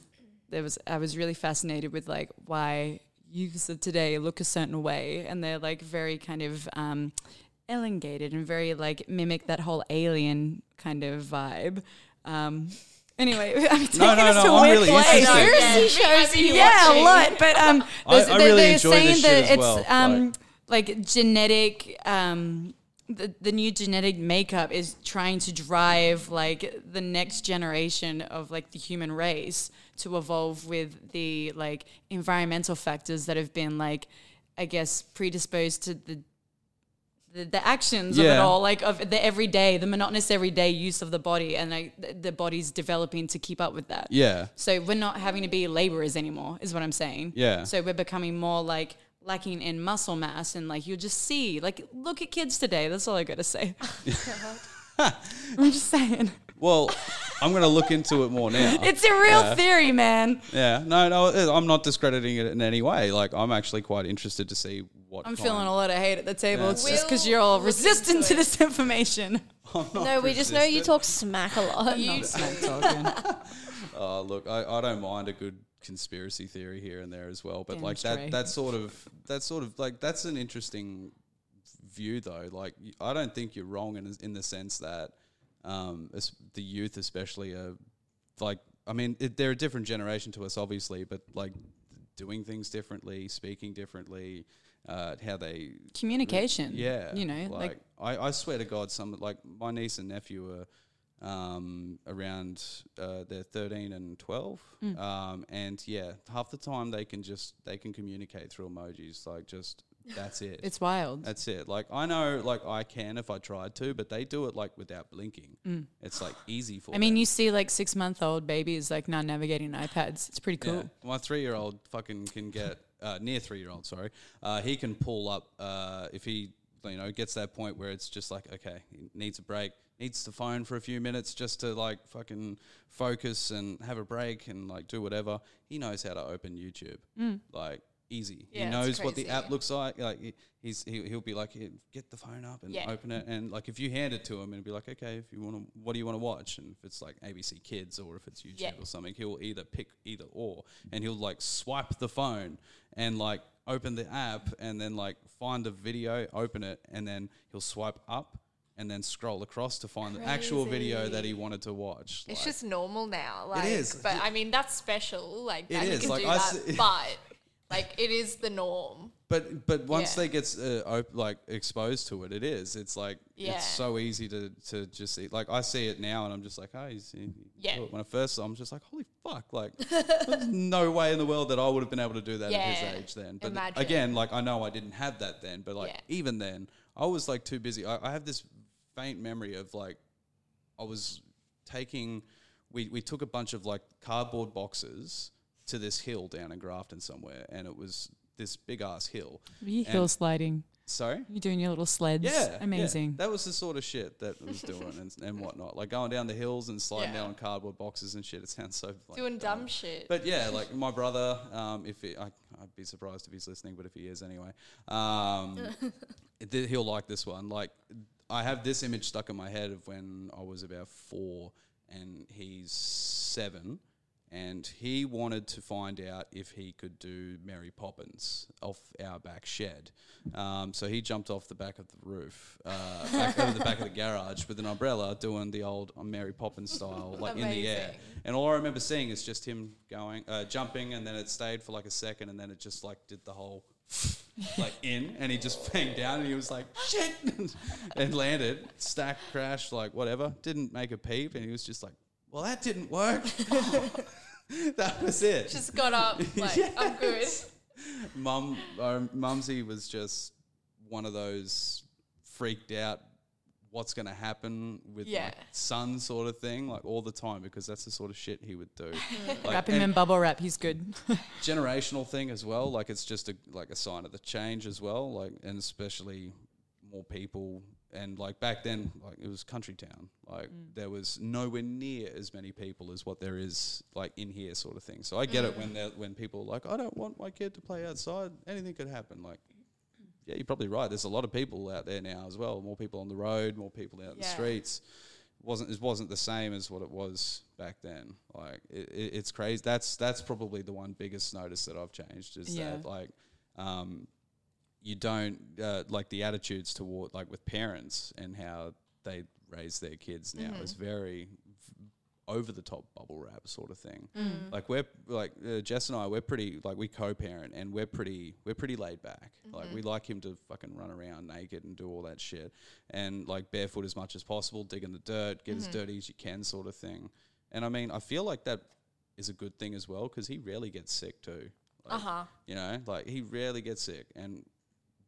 Speaker 3: there was I was really fascinated with like why youths of today look a certain way, and they're like very kind of um, elongated and very like mimic that whole alien kind of vibe. Um, anyway, I'm taking
Speaker 1: no,
Speaker 3: us
Speaker 1: no,
Speaker 3: to a
Speaker 1: I'm
Speaker 3: weird
Speaker 1: really
Speaker 3: place.
Speaker 1: interested.
Speaker 4: Conspiracy shows you
Speaker 3: Yeah,
Speaker 4: watching.
Speaker 3: a lot. But um,
Speaker 1: I-
Speaker 3: there's-
Speaker 1: I
Speaker 3: they're,
Speaker 1: really
Speaker 3: they're
Speaker 1: enjoy this
Speaker 3: saying
Speaker 1: shit
Speaker 3: that
Speaker 1: as
Speaker 3: it's
Speaker 1: well,
Speaker 3: um, like, genetic. Um, the, the new genetic makeup is trying to drive like the next generation of like the human race to evolve with the like environmental factors that have been like I guess predisposed to the the, the actions of it
Speaker 1: Yeah.
Speaker 3: all, like of the everyday, the monotonous everyday use of the body, and like the, the body's developing to keep up with that.
Speaker 1: Yeah.
Speaker 3: So we're not having to be laborers anymore, is what I'm saying.
Speaker 1: Yeah.
Speaker 3: So we're becoming more like lacking in muscle mass, and like you'll just see, like look at kids today. That's all I gotta say. I'm just saying,
Speaker 1: Well, I'm going to look into it more now.
Speaker 3: it's a real theory, man.
Speaker 1: yeah. No, no, I'm not discrediting it in any way. Like, I'm actually quite interested to see what.
Speaker 3: I'm feeling a lot of hate at the table. It's just because
Speaker 2: We'll
Speaker 3: you're all
Speaker 2: look
Speaker 3: resistant
Speaker 2: into
Speaker 3: to
Speaker 2: it.
Speaker 3: this information.
Speaker 4: No, we just know you talk smack a lot.
Speaker 2: You
Speaker 1: Oh, look, I, I don't mind a good conspiracy theory here and there as well, but like
Speaker 3: Demonstrate.
Speaker 1: that that sort of that sort of like that's an interesting view though. Like y- I don't think you're wrong in in the sense that um es- the youth especially are like I mean it, they're a different generation to us obviously, but like doing things differently, speaking differently, uh, how they
Speaker 3: Communication.
Speaker 1: yeah.
Speaker 3: You know, like,
Speaker 1: I, I swear to God, some like my niece and nephew are um, around uh, they're thirteen and twelve,
Speaker 3: Mm.
Speaker 1: um, and yeah, half the time they can just they can communicate through emojis. Like just that's it.
Speaker 3: it's wild.
Speaker 1: that's it. Like I know, like I can if I tried to, but they do it like without blinking. It's like easy for.
Speaker 3: Mm. I mean,
Speaker 1: them.
Speaker 3: you see like six month old babies like now navigating iPads. It's pretty cool.
Speaker 1: Yeah. My three year old fucking can get uh, near three year old. Sorry, uh, he can pull up uh, if he you know gets that point where it's just like okay, he needs a break, needs the phone for a few minutes just to like fucking focus and have a break and like do whatever. He knows how to open YouTube like easy.
Speaker 5: Mm. Yeah,
Speaker 1: he
Speaker 5: it's
Speaker 1: knows what the
Speaker 5: crazy.
Speaker 1: app looks like. Like he- he's he, he'll be like "Here, get the phone up and
Speaker 5: Yeah.
Speaker 1: open it and like if you hand it to him and be like okay if you want to what do you want to watch and if it's like ABC Kids or if it's YouTube
Speaker 5: Yeah.
Speaker 1: or something he'll either pick either or and he'll like swipe the phone and like open the app and then like find a video open it and then he'll swipe up and then scroll across to find the actual video that he wanted to watch
Speaker 5: It's
Speaker 1: Like,
Speaker 5: just normal now. Like,
Speaker 1: is.
Speaker 5: But I mean, that's special. Like, that
Speaker 1: is,
Speaker 5: you can
Speaker 1: like,
Speaker 5: do
Speaker 1: I
Speaker 5: that.
Speaker 1: s-
Speaker 5: but, like, it is the norm.
Speaker 1: But but once
Speaker 5: Yeah.
Speaker 1: they get uh, op- like exposed to it, it is. It's like
Speaker 5: Yeah.
Speaker 1: it's so easy to to just see. Like I see it now, and I'm just like, oh, you see.
Speaker 5: Yeah.
Speaker 1: When I first saw, it, I'm just like, holy fuck! Like, there's no way in the world that I would have been able to do that at
Speaker 5: Yeah.
Speaker 1: his age then. But
Speaker 5: Imagine.
Speaker 1: again, like I know I didn't have that then, but like
Speaker 5: Yeah.
Speaker 1: even then, I was like too busy. I, I have this faint memory of like I was taking we, we took a bunch of like cardboard boxes to this hill down in Grafton somewhere and it was this big ass hill.
Speaker 3: You
Speaker 1: And-
Speaker 3: hill sliding.
Speaker 1: Sorry?
Speaker 3: You're doing your little sleds.
Speaker 1: Yeah. yeah.
Speaker 3: Amazing.
Speaker 1: That was the sort of shit that I was doing and, and whatnot. Like going down the hills and sliding
Speaker 5: Yeah.
Speaker 1: down on cardboard boxes and shit. It sounds so like,
Speaker 5: Doing dumb shit.
Speaker 1: but yeah, like my brother, um, if he, I, I'd be surprised if he's listening, but if he is anyway, um, th- he'll like this one. Like I have this image stuck in my head of when I was about four and he's seven, and he wanted to find out if he could do Mary Poppins off our back shed. Um, so he jumped off the back of the roof, uh, back over the back of the garage with an umbrella, doing the old Mary Poppins style, like in the air.
Speaker 5: Amazing.
Speaker 1: And all I remember seeing is just him going, uh, jumping, and then it stayed for like a second, and then it just like did the whole like in, and he just banged down, and he was like shit, and landed, stack crashed, like whatever, didn't make a peep, and he was just like, well, that didn't work. that was it.
Speaker 5: Just got up. Like, I'm good.
Speaker 1: Mum, uh, Mumsy was just one of those freaked out. What's going to happen with my
Speaker 5: Yeah.
Speaker 1: son, sort of thing, like all the time, because that's the sort of shit he would do. Like,
Speaker 3: Mm. Wrap him
Speaker 1: and-
Speaker 3: in bubble wrap. He's good.
Speaker 1: generational thing as well. Like it's just a like a sign of the change as well. Like and especially more people and like back then, like it was country town. Like there was nowhere near as many people as what there is like in here, sort of thing. So I get it when they're when people are like, I don't want my kid to play outside. Anything could happen. Like. Yeah, you're probably right. There's a lot of people out there now as well. More people on the road, more people out in the
Speaker 5: Yeah.
Speaker 1: streets wasn't it wasn't the same as what it was back then. Like it, it, it's crazy. That's that's probably the one biggest notice that I've changed is
Speaker 3: Yeah.
Speaker 1: that like um, you don't uh, like the attitudes toward like with parents and how they raise their kids now is very over the top bubble wrap sort of thing. Like we're like uh, Jess and I, we're pretty like we co-parent and we're pretty we're pretty laid back. Like we like him to fucking run around naked and do all that shit, and like barefoot as much as possible, dig in the dirt, get as dirty as you can, sort of thing. And I mean, I feel like that is a good thing as well because he rarely gets sick too. Like,
Speaker 5: Uh huh.
Speaker 1: You know, like he rarely gets sick, and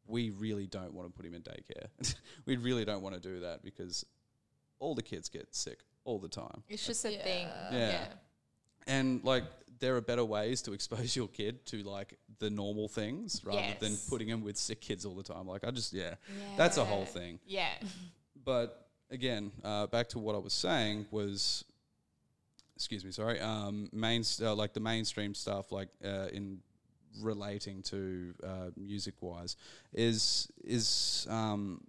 Speaker 1: we really don't want to put him in daycare. we really don't want to do that because all the kids get sick all the time.
Speaker 5: It's just a thing.
Speaker 1: Yeah. And like there are better ways to expose your kid to like the normal things rather than
Speaker 5: Yes.
Speaker 1: putting him with sick kids all the time. Like I just yeah. That's a whole thing.
Speaker 5: Yeah.
Speaker 1: But again, uh, back to what I was saying was excuse me, sorry. Um main uh, like the mainstream stuff like uh, in relating to uh, music wise is is um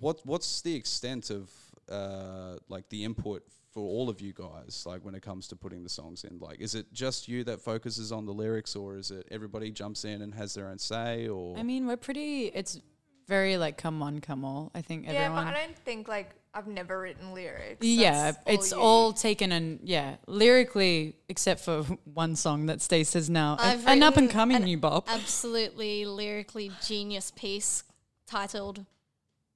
Speaker 1: what what's the extent of uh, like the input for all of you guys like when it comes to putting the songs in like is it just you that focuses on the lyrics or is it everybody jumps in and has their own say or
Speaker 3: I mean, we're pretty. It's very like come on, come all. I think
Speaker 5: Yeah,
Speaker 3: everyone.
Speaker 5: but I don't think like I've never written lyrics.
Speaker 3: yeah,
Speaker 5: That's
Speaker 3: it's
Speaker 5: you-
Speaker 3: all taken and yeah, lyrically, except for one song that Stace says now.
Speaker 4: I've
Speaker 3: an up and
Speaker 4: written
Speaker 3: coming
Speaker 4: an
Speaker 3: new bop.
Speaker 4: Absolutely lyrically genius piece titled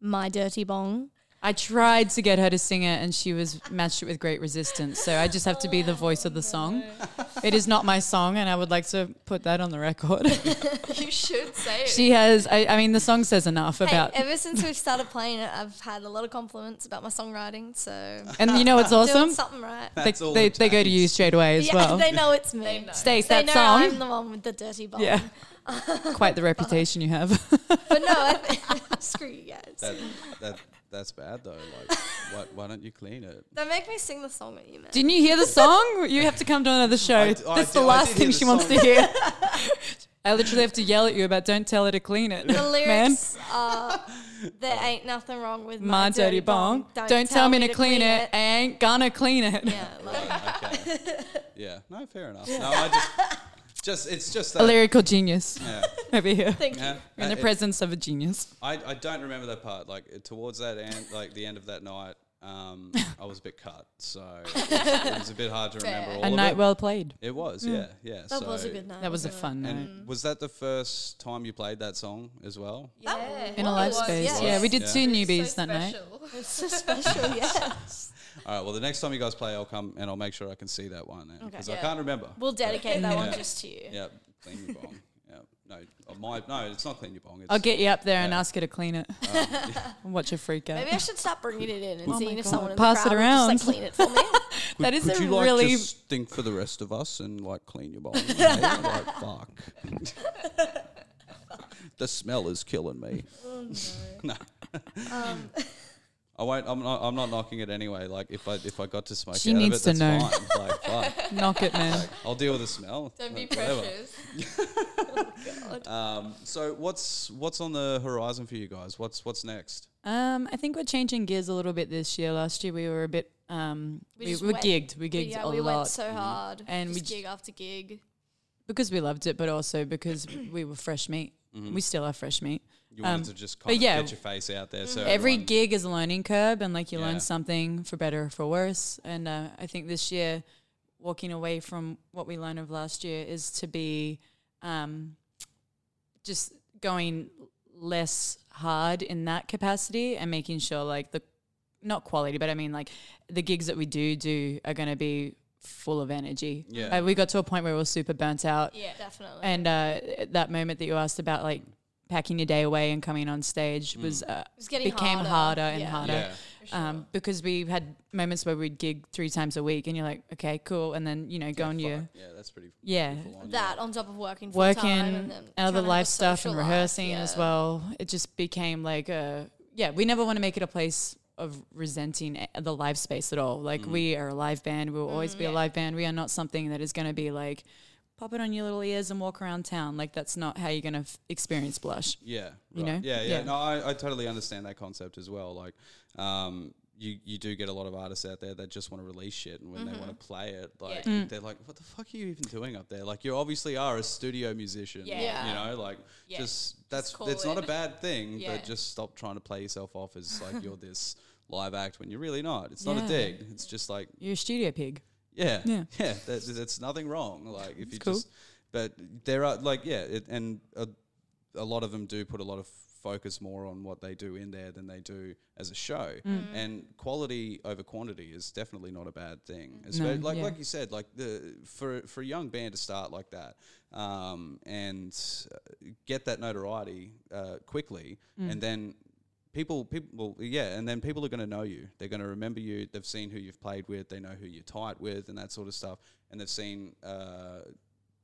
Speaker 4: My Dirty Bong.
Speaker 3: I tried to get her to sing it, and she was matched it with great resistance. So I just have to be the voice of the song. It is not my song, and I would like to put that on the record.
Speaker 5: You should say it.
Speaker 3: she has. I, I mean, the song says enough about.
Speaker 4: Hey, ever since we've started playing it, I've had a lot of compliments about my songwriting, so
Speaker 3: and you know what's awesome?
Speaker 4: doing something right.
Speaker 3: They,
Speaker 1: That's all
Speaker 3: they,
Speaker 1: that
Speaker 3: they go to you
Speaker 1: matters.
Speaker 3: straight away as
Speaker 4: yeah,
Speaker 3: well.
Speaker 4: they know it's me.
Speaker 3: Stace,
Speaker 4: They
Speaker 3: that
Speaker 4: know
Speaker 3: song.
Speaker 4: I'm the one with the dirty bong.
Speaker 3: Yeah. Quite the reputation you have.
Speaker 4: But no, I th- screw you guys.
Speaker 1: that, that that's bad though like why, why don't you clean it
Speaker 4: Don't make me sing the song at you, man.
Speaker 3: Didn't you hear the song? You have to come to another show.
Speaker 1: I- I did-
Speaker 3: That's the
Speaker 1: I
Speaker 3: last
Speaker 1: did
Speaker 3: thing
Speaker 1: hear
Speaker 3: she
Speaker 1: the
Speaker 3: wants to
Speaker 1: song.
Speaker 3: hear. I literally have to yell at you about don't tell her to clean it.
Speaker 4: the
Speaker 3: man.
Speaker 4: lyrics are there ain't nothing wrong with
Speaker 3: My dirty bong. Don't, tell me to clean, it. Ain't gonna clean it.
Speaker 4: Yeah, like,
Speaker 1: okay. yeah no fair enough no i just just it's just
Speaker 3: A
Speaker 1: that
Speaker 3: lyrical genius
Speaker 1: yeah,
Speaker 3: over here.
Speaker 4: thank you.
Speaker 1: yeah. Uh,
Speaker 3: In the
Speaker 1: It-
Speaker 3: presence of a genius.
Speaker 1: I, I don't remember that part like uh, towards that end like the end of that night um, I was a bit cut so it was, it was a bit hard to remember all
Speaker 3: A
Speaker 1: of
Speaker 3: night
Speaker 1: it.
Speaker 3: well played.
Speaker 1: It was, yeah, yeah.
Speaker 4: That
Speaker 1: so,
Speaker 4: was a good night.
Speaker 3: That was a
Speaker 4: wasn't it?
Speaker 3: fun night.
Speaker 1: And was that the first time you played that song as well?
Speaker 5: Yeah.
Speaker 3: In a live space.
Speaker 4: yes.
Speaker 3: Yeah, we did
Speaker 1: Yeah.
Speaker 3: two newbies that night.
Speaker 4: It's so special, yeah.
Speaker 1: All right. Well, the next time you guys play, I'll come and I'll make sure I can see that one because I can't remember.
Speaker 4: We'll dedicate that one just to you.
Speaker 1: yeah, clean your bong. Yeah, no, uh, my no, it's not clean your bong. It's,
Speaker 3: I'll get you up there and ask her to clean it.
Speaker 1: Uh,
Speaker 3: and watch her freak out.
Speaker 4: Maybe I should stop bringing it in and
Speaker 3: Oh
Speaker 4: seeing
Speaker 3: my
Speaker 4: if
Speaker 3: God.
Speaker 4: someone in
Speaker 3: Pass it
Speaker 4: the crowd will
Speaker 3: around.
Speaker 4: just like clean it for me.
Speaker 1: Could,
Speaker 3: that is
Speaker 1: could
Speaker 3: a
Speaker 1: you like
Speaker 3: really-
Speaker 1: just think for the rest of us and like clean your bong? you know? like fuck. the smell is killing me.
Speaker 5: Oh,
Speaker 1: no.
Speaker 5: Um.
Speaker 1: I won't. I'm not. I'm not knocking it anyway. Like if I if I got to smoke
Speaker 3: She
Speaker 1: out
Speaker 3: needs
Speaker 1: of it,
Speaker 3: to know.
Speaker 1: that's fine. Like fuck.
Speaker 3: Knock it, man.
Speaker 1: I'll deal with the smell.
Speaker 5: Don't be
Speaker 1: Like, whatever.
Speaker 5: precious. Oh,
Speaker 1: Um, so what's what's on the horizon for you guys? What's what's next?
Speaker 3: Um, I think we're changing gears a little bit this year. Last year we were a bit um we,
Speaker 4: just
Speaker 3: we
Speaker 4: went-
Speaker 3: gigged. We gigged
Speaker 4: yeah,
Speaker 3: a
Speaker 4: we
Speaker 3: lot
Speaker 4: went so hard.
Speaker 3: And
Speaker 4: And
Speaker 3: we
Speaker 4: just
Speaker 3: j-
Speaker 4: gig after gig.
Speaker 3: because we loved it, but also because we were fresh meat.
Speaker 1: Mm-hmm.
Speaker 3: We still are fresh meat.
Speaker 1: You wanted
Speaker 3: Um,
Speaker 1: to just
Speaker 3: but
Speaker 1: kind of
Speaker 3: yeah.
Speaker 1: get your face out there. So
Speaker 3: Every
Speaker 1: everyone-
Speaker 3: gig is a learning curve, and like you
Speaker 1: Yeah.
Speaker 3: learn something for better or for worse. And uh, I think this year, walking away from what we learned of last year is to be um, just going less hard in that capacity and making sure like the not quality, but I mean like the gigs that we do do are going to be full of energy.
Speaker 1: Yeah.
Speaker 3: Uh, we got to a point where we were super burnt out.
Speaker 4: Yeah. Definitely.
Speaker 3: And uh, that moment that you asked about, like packing your day away and coming on stage,
Speaker 1: Mm.
Speaker 3: was uh,
Speaker 4: was getting
Speaker 3: became harder,
Speaker 4: harder.
Speaker 3: and
Speaker 4: Yeah.
Speaker 3: harder.
Speaker 1: Yeah.
Speaker 3: Um, because we had moments where we'd gig three times a week, and you're like, okay, cool, and then you know, go on your
Speaker 1: yeah, that's pretty.
Speaker 3: yeah,
Speaker 4: that on top of working full
Speaker 3: working
Speaker 4: time and then trying to
Speaker 3: other
Speaker 4: have a
Speaker 3: life stuff and
Speaker 4: social life,
Speaker 3: rehearsing
Speaker 4: yeah.
Speaker 3: as well. It just became like a yeah. We never want to make it a place of resenting a- the live space at all. Like
Speaker 1: Mm.
Speaker 3: we are a live band. We will always
Speaker 4: Mm,
Speaker 3: be a live band. We are not something that is going to be like pop it on your little ears and walk around town. Like that's not how you're going to f- experience blush.
Speaker 1: Yeah.
Speaker 3: You
Speaker 1: right.
Speaker 3: know?
Speaker 1: Yeah, yeah.
Speaker 3: Yeah.
Speaker 1: No, I, I totally understand that concept as well. Like, um, you, you do get a lot of artists out there that just want to release shit, and when
Speaker 5: Mm-hmm.
Speaker 1: they want to play it, like
Speaker 3: Mm.
Speaker 1: they're like, "What the fuck are you even doing up there?" Like, you obviously are a studio musician.
Speaker 5: Yeah.
Speaker 1: You know, like just that's
Speaker 5: call
Speaker 1: it's not a
Speaker 5: it.
Speaker 1: bad thing,
Speaker 5: Yeah.
Speaker 1: but just stop trying to play yourself off as like you're this live act when you're really not. It's not
Speaker 3: Yeah.
Speaker 1: a dig. It's just like
Speaker 3: You're a studio pig.
Speaker 1: Yeah,
Speaker 3: Yeah.
Speaker 1: yeah, That's, that's nothing wrong. Like if you
Speaker 3: cool.
Speaker 1: just, but there are like yeah, it, and uh, a lot of them do put a lot of focus more on what they do in there than they do as a show.
Speaker 3: Mm.
Speaker 1: And quality over quantity is definitely not a bad thing. Espe- like
Speaker 3: yeah.
Speaker 1: like you said, like the for for a young band to start like that um, and uh, get that notoriety uh, quickly,
Speaker 3: Mm.
Speaker 1: and then. People, people, well, yeah, and then people are going to know you. They're going to remember you. They've seen who you've played with. They know who you're tight with, and that sort of stuff. And they've seen uh,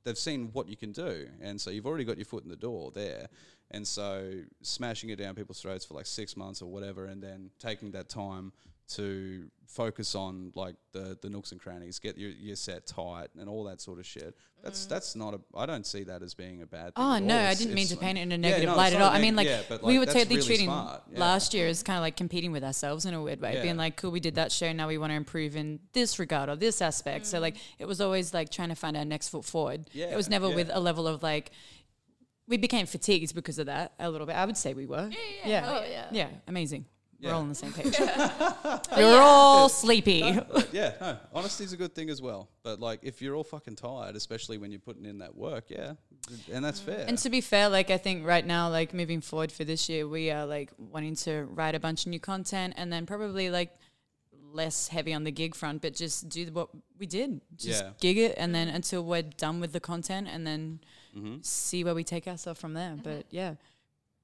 Speaker 1: they've seen what you can do, and so you've already got your foot in the door there, and so smashing it down people's throats for like six months or whatever, and then taking that time to focus on like the the nooks and crannies, get your, your set tight, and all that sort of shit. That's that's not a. I don't see that as being a bad. thing
Speaker 3: Mm. Oh
Speaker 1: at
Speaker 3: no,
Speaker 1: all.
Speaker 3: I
Speaker 1: It's-
Speaker 3: didn't mean
Speaker 1: it's
Speaker 3: to
Speaker 1: like-
Speaker 3: paint it in a
Speaker 1: Yeah,
Speaker 3: negative
Speaker 1: no, it's
Speaker 3: light at
Speaker 1: not
Speaker 3: all. I
Speaker 1: neg-
Speaker 3: mean, like,
Speaker 1: yeah, but,
Speaker 3: we were
Speaker 1: that's
Speaker 3: totally
Speaker 1: really
Speaker 3: treating
Speaker 1: smart, yeah.
Speaker 3: last year as kind of like competing with ourselves in a weird way,
Speaker 1: Yeah.
Speaker 3: being like, cool, we did that show, now we want to improve in this regard or this aspect. So like, it was always like trying to find our next foot forward. it was
Speaker 1: Yeah,
Speaker 3: never
Speaker 1: yeah.
Speaker 3: with a level of like. We became fatigued because of that a little bit. I would say we were. Yeah, yeah,
Speaker 4: Oh, yeah.
Speaker 3: yeah. amazing. We're
Speaker 1: Yeah.
Speaker 3: all on the same page. we were all sleepy.
Speaker 1: yeah, no, honesty's a good thing as well. But like, if you're all fucking tired, especially when you're putting in that work, yeah, and that's fair.
Speaker 3: Mm. And to be fair, like I think right now, like moving forward for this year, we are like wanting to write a bunch of new content and then probably like less heavy on the gig front, but just do what we did. Just
Speaker 1: Yeah.
Speaker 3: gig it and then until we're done with the content and then see where we take ourselves from there. But yeah.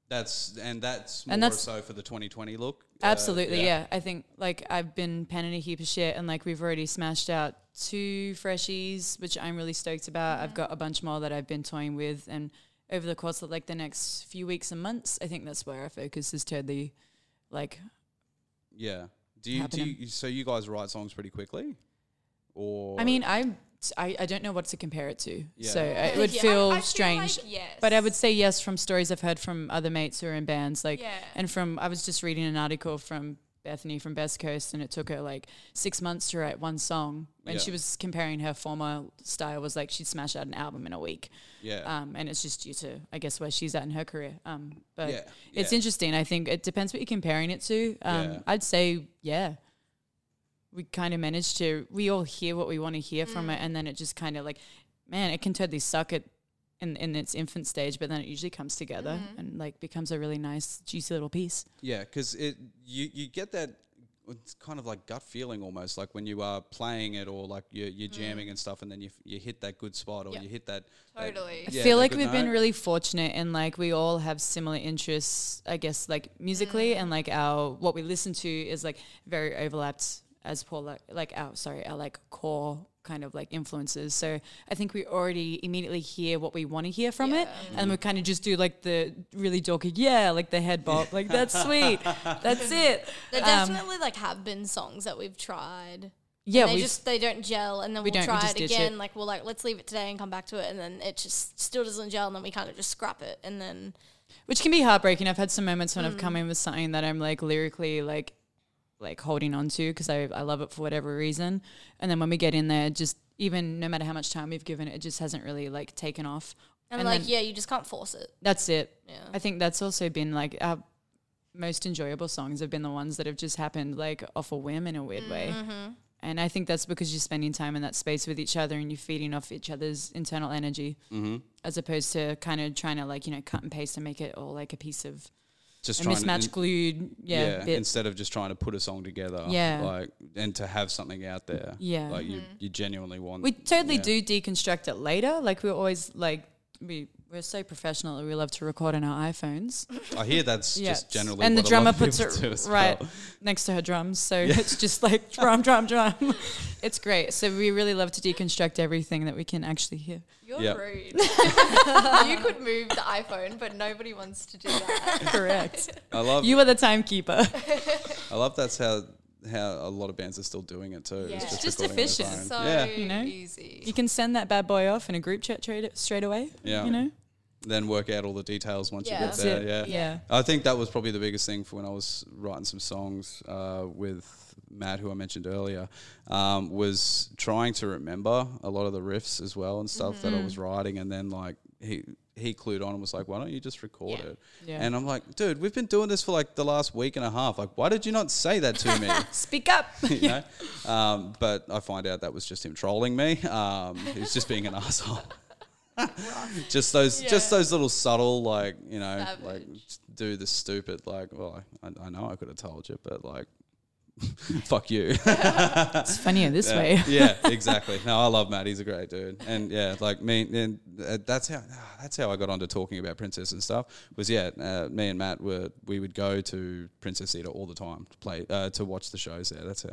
Speaker 1: that's and that's more
Speaker 3: And that's-
Speaker 1: so for the 2020 look. Uh,
Speaker 3: Absolutely, yeah. I think like I've been panning a heap of shit, and like we've already smashed out two freshies, which I'm really stoked about. I've got a bunch more that I've been toying with, and over the course of like the next few weeks and months, I think that's where our focus is totally like
Speaker 1: Yeah. Do you, do
Speaker 3: happening.
Speaker 1: you so you guys write songs pretty quickly? Or
Speaker 3: I mean, I, I, I don't know what to compare it to.
Speaker 1: Yeah.
Speaker 3: So uh, it would
Speaker 5: Yeah.
Speaker 3: feel
Speaker 5: I- I feel
Speaker 3: strange.
Speaker 5: like yes.
Speaker 3: But I would say yes from stories I've heard from other mates who are in bands. Like,
Speaker 5: Yeah.
Speaker 3: and from, I was just reading an article from Bethany from Best Coast, and it took her like six months to write one song. And
Speaker 1: Yeah.
Speaker 3: she was comparing her former style, was like she'd smash out an album in a week.
Speaker 1: yeah.
Speaker 3: Um, and it's just due to, I guess, where she's at in her career. Um, but
Speaker 1: Yeah,
Speaker 3: it's
Speaker 1: yeah.
Speaker 3: interesting. I think it depends what you're comparing it to. Um,
Speaker 1: Yeah.
Speaker 3: I'd say, yeah, we kind of managed to, we all hear what we want to hear from it. And then it just kind of like, man, it can totally suck at, in, in its infant stage, but then it usually comes together and like becomes a really nice, juicy little piece.
Speaker 1: yeah, because it you you get that it's kind of like gut feeling almost like when you are playing it or like you're, you're
Speaker 3: Mm.
Speaker 1: jamming and stuff and then you, f- you hit that good spot or you hit that that-
Speaker 5: Totally. I
Speaker 3: I
Speaker 1: yeah,
Speaker 3: feel
Speaker 1: that
Speaker 3: like
Speaker 1: good
Speaker 3: we've been
Speaker 1: note.
Speaker 3: really fortunate and like we all have similar interests, I guess, like musically
Speaker 4: Mm.
Speaker 3: and like our what we listen to is like very overlapped as Paul like, like our sorry, our like core kind of like influences. So I think we already immediately hear what we want to hear from it. And we kind of just do like the really dorky, yeah, like the head bob. Like that's sweet. that's it.
Speaker 4: There
Speaker 3: Um,
Speaker 4: definitely like have been songs that we've tried.
Speaker 3: yeah,
Speaker 4: they
Speaker 3: we
Speaker 4: just they don't gel, and then
Speaker 3: we
Speaker 4: we will
Speaker 3: don't, we
Speaker 4: try
Speaker 3: just
Speaker 4: it
Speaker 3: ditch
Speaker 4: again.
Speaker 3: it.
Speaker 4: Like we're like, let's leave it today and come back to it, and then it just still doesn't gel, and then we kind of just scrap it, and then
Speaker 3: which can be heartbreaking. I've had some moments when I've
Speaker 4: Mm.
Speaker 3: come in with something that I'm like lyrically like like holding on to because I, I love it for whatever reason. And then when we get in there, just even no matter how much time we've given it, it just hasn't really like taken off.
Speaker 4: and, like
Speaker 3: then
Speaker 4: yeah, you just can't force it.
Speaker 3: that's it. I think that's also been like our most enjoyable songs have been the ones that have just happened like off a whim in a weird
Speaker 4: Mm-hmm.
Speaker 3: way. And I think that's because you're spending time in that space with each other and you're feeding off each other's internal energy as opposed to kind of trying to like, you know, cut and paste and make it all like a piece of
Speaker 1: just
Speaker 3: a
Speaker 1: trying to-
Speaker 3: mismatch
Speaker 1: in-
Speaker 3: glued yeah, bit.
Speaker 1: instead of just trying to put a song together
Speaker 3: Yeah.
Speaker 1: like and to have something out there
Speaker 3: Yeah.
Speaker 1: like you,
Speaker 5: Mm-hmm.
Speaker 1: you genuinely want
Speaker 3: we totally
Speaker 1: yeah.
Speaker 3: do deconstruct it later like we're always like we we're so professional that we love to record on our iPhones.
Speaker 1: I hear that's
Speaker 3: Yeah.
Speaker 1: just generally
Speaker 3: and the
Speaker 1: what a lot
Speaker 3: drummer
Speaker 1: of
Speaker 3: puts
Speaker 1: people do
Speaker 3: it
Speaker 1: as
Speaker 3: right
Speaker 1: well.
Speaker 3: next to her drums, so it's just like drum, drum, drum. it's great. So we really love to deconstruct everything that we can actually hear.
Speaker 5: You're
Speaker 1: Yeah.
Speaker 5: rude. you could move the iPhone, but nobody wants to do that.
Speaker 3: Correct.
Speaker 1: I love
Speaker 3: you are the timekeeper.
Speaker 1: I love that's how how a lot of bands are still doing it too.
Speaker 5: Yeah. It's
Speaker 3: just
Speaker 1: recording on their
Speaker 3: efficient.
Speaker 1: phone.
Speaker 5: So
Speaker 1: yeah,
Speaker 3: know?
Speaker 5: easy.
Speaker 3: You can send that bad boy off in a group chat straight, straight away.
Speaker 1: Yeah.
Speaker 3: You know.
Speaker 1: then work out all the details once you
Speaker 4: Yeah.
Speaker 1: get
Speaker 4: That's
Speaker 1: there.
Speaker 3: it.
Speaker 1: Yeah.
Speaker 3: Yeah.
Speaker 1: I think that was probably the biggest thing for when I was writing some songs uh, with Matt, who I mentioned earlier, um, was trying to remember a lot of the riffs as well and stuff that I
Speaker 3: Mm-hmm.
Speaker 1: was writing, and then like he. He clued on and was like, "Why don't you just record it?"
Speaker 3: Yeah.
Speaker 1: And I'm like, "Dude, we've been doing this for like the last week and a half. Like, why did you not say that to me?"
Speaker 3: Speak up.
Speaker 1: you know. Um, but I find out that was just him trolling me. Um, he was just being an asshole. just those, just those little subtle, like you know, like
Speaker 2: Savage.
Speaker 1: just do the stupid, like, well, I, I know I could have told you, but like, fuck you.
Speaker 3: It's funnier this
Speaker 1: Yeah.
Speaker 3: way.
Speaker 1: yeah, exactly. No, I love Matt. He's a great dude, and yeah, like me. And uh, that's how ah, that's how I got onto talking about Princess and stuff. Was yeah, uh, me and Matt were we would go to Princess Theatre all the time to play uh, to watch the shows there. That's how.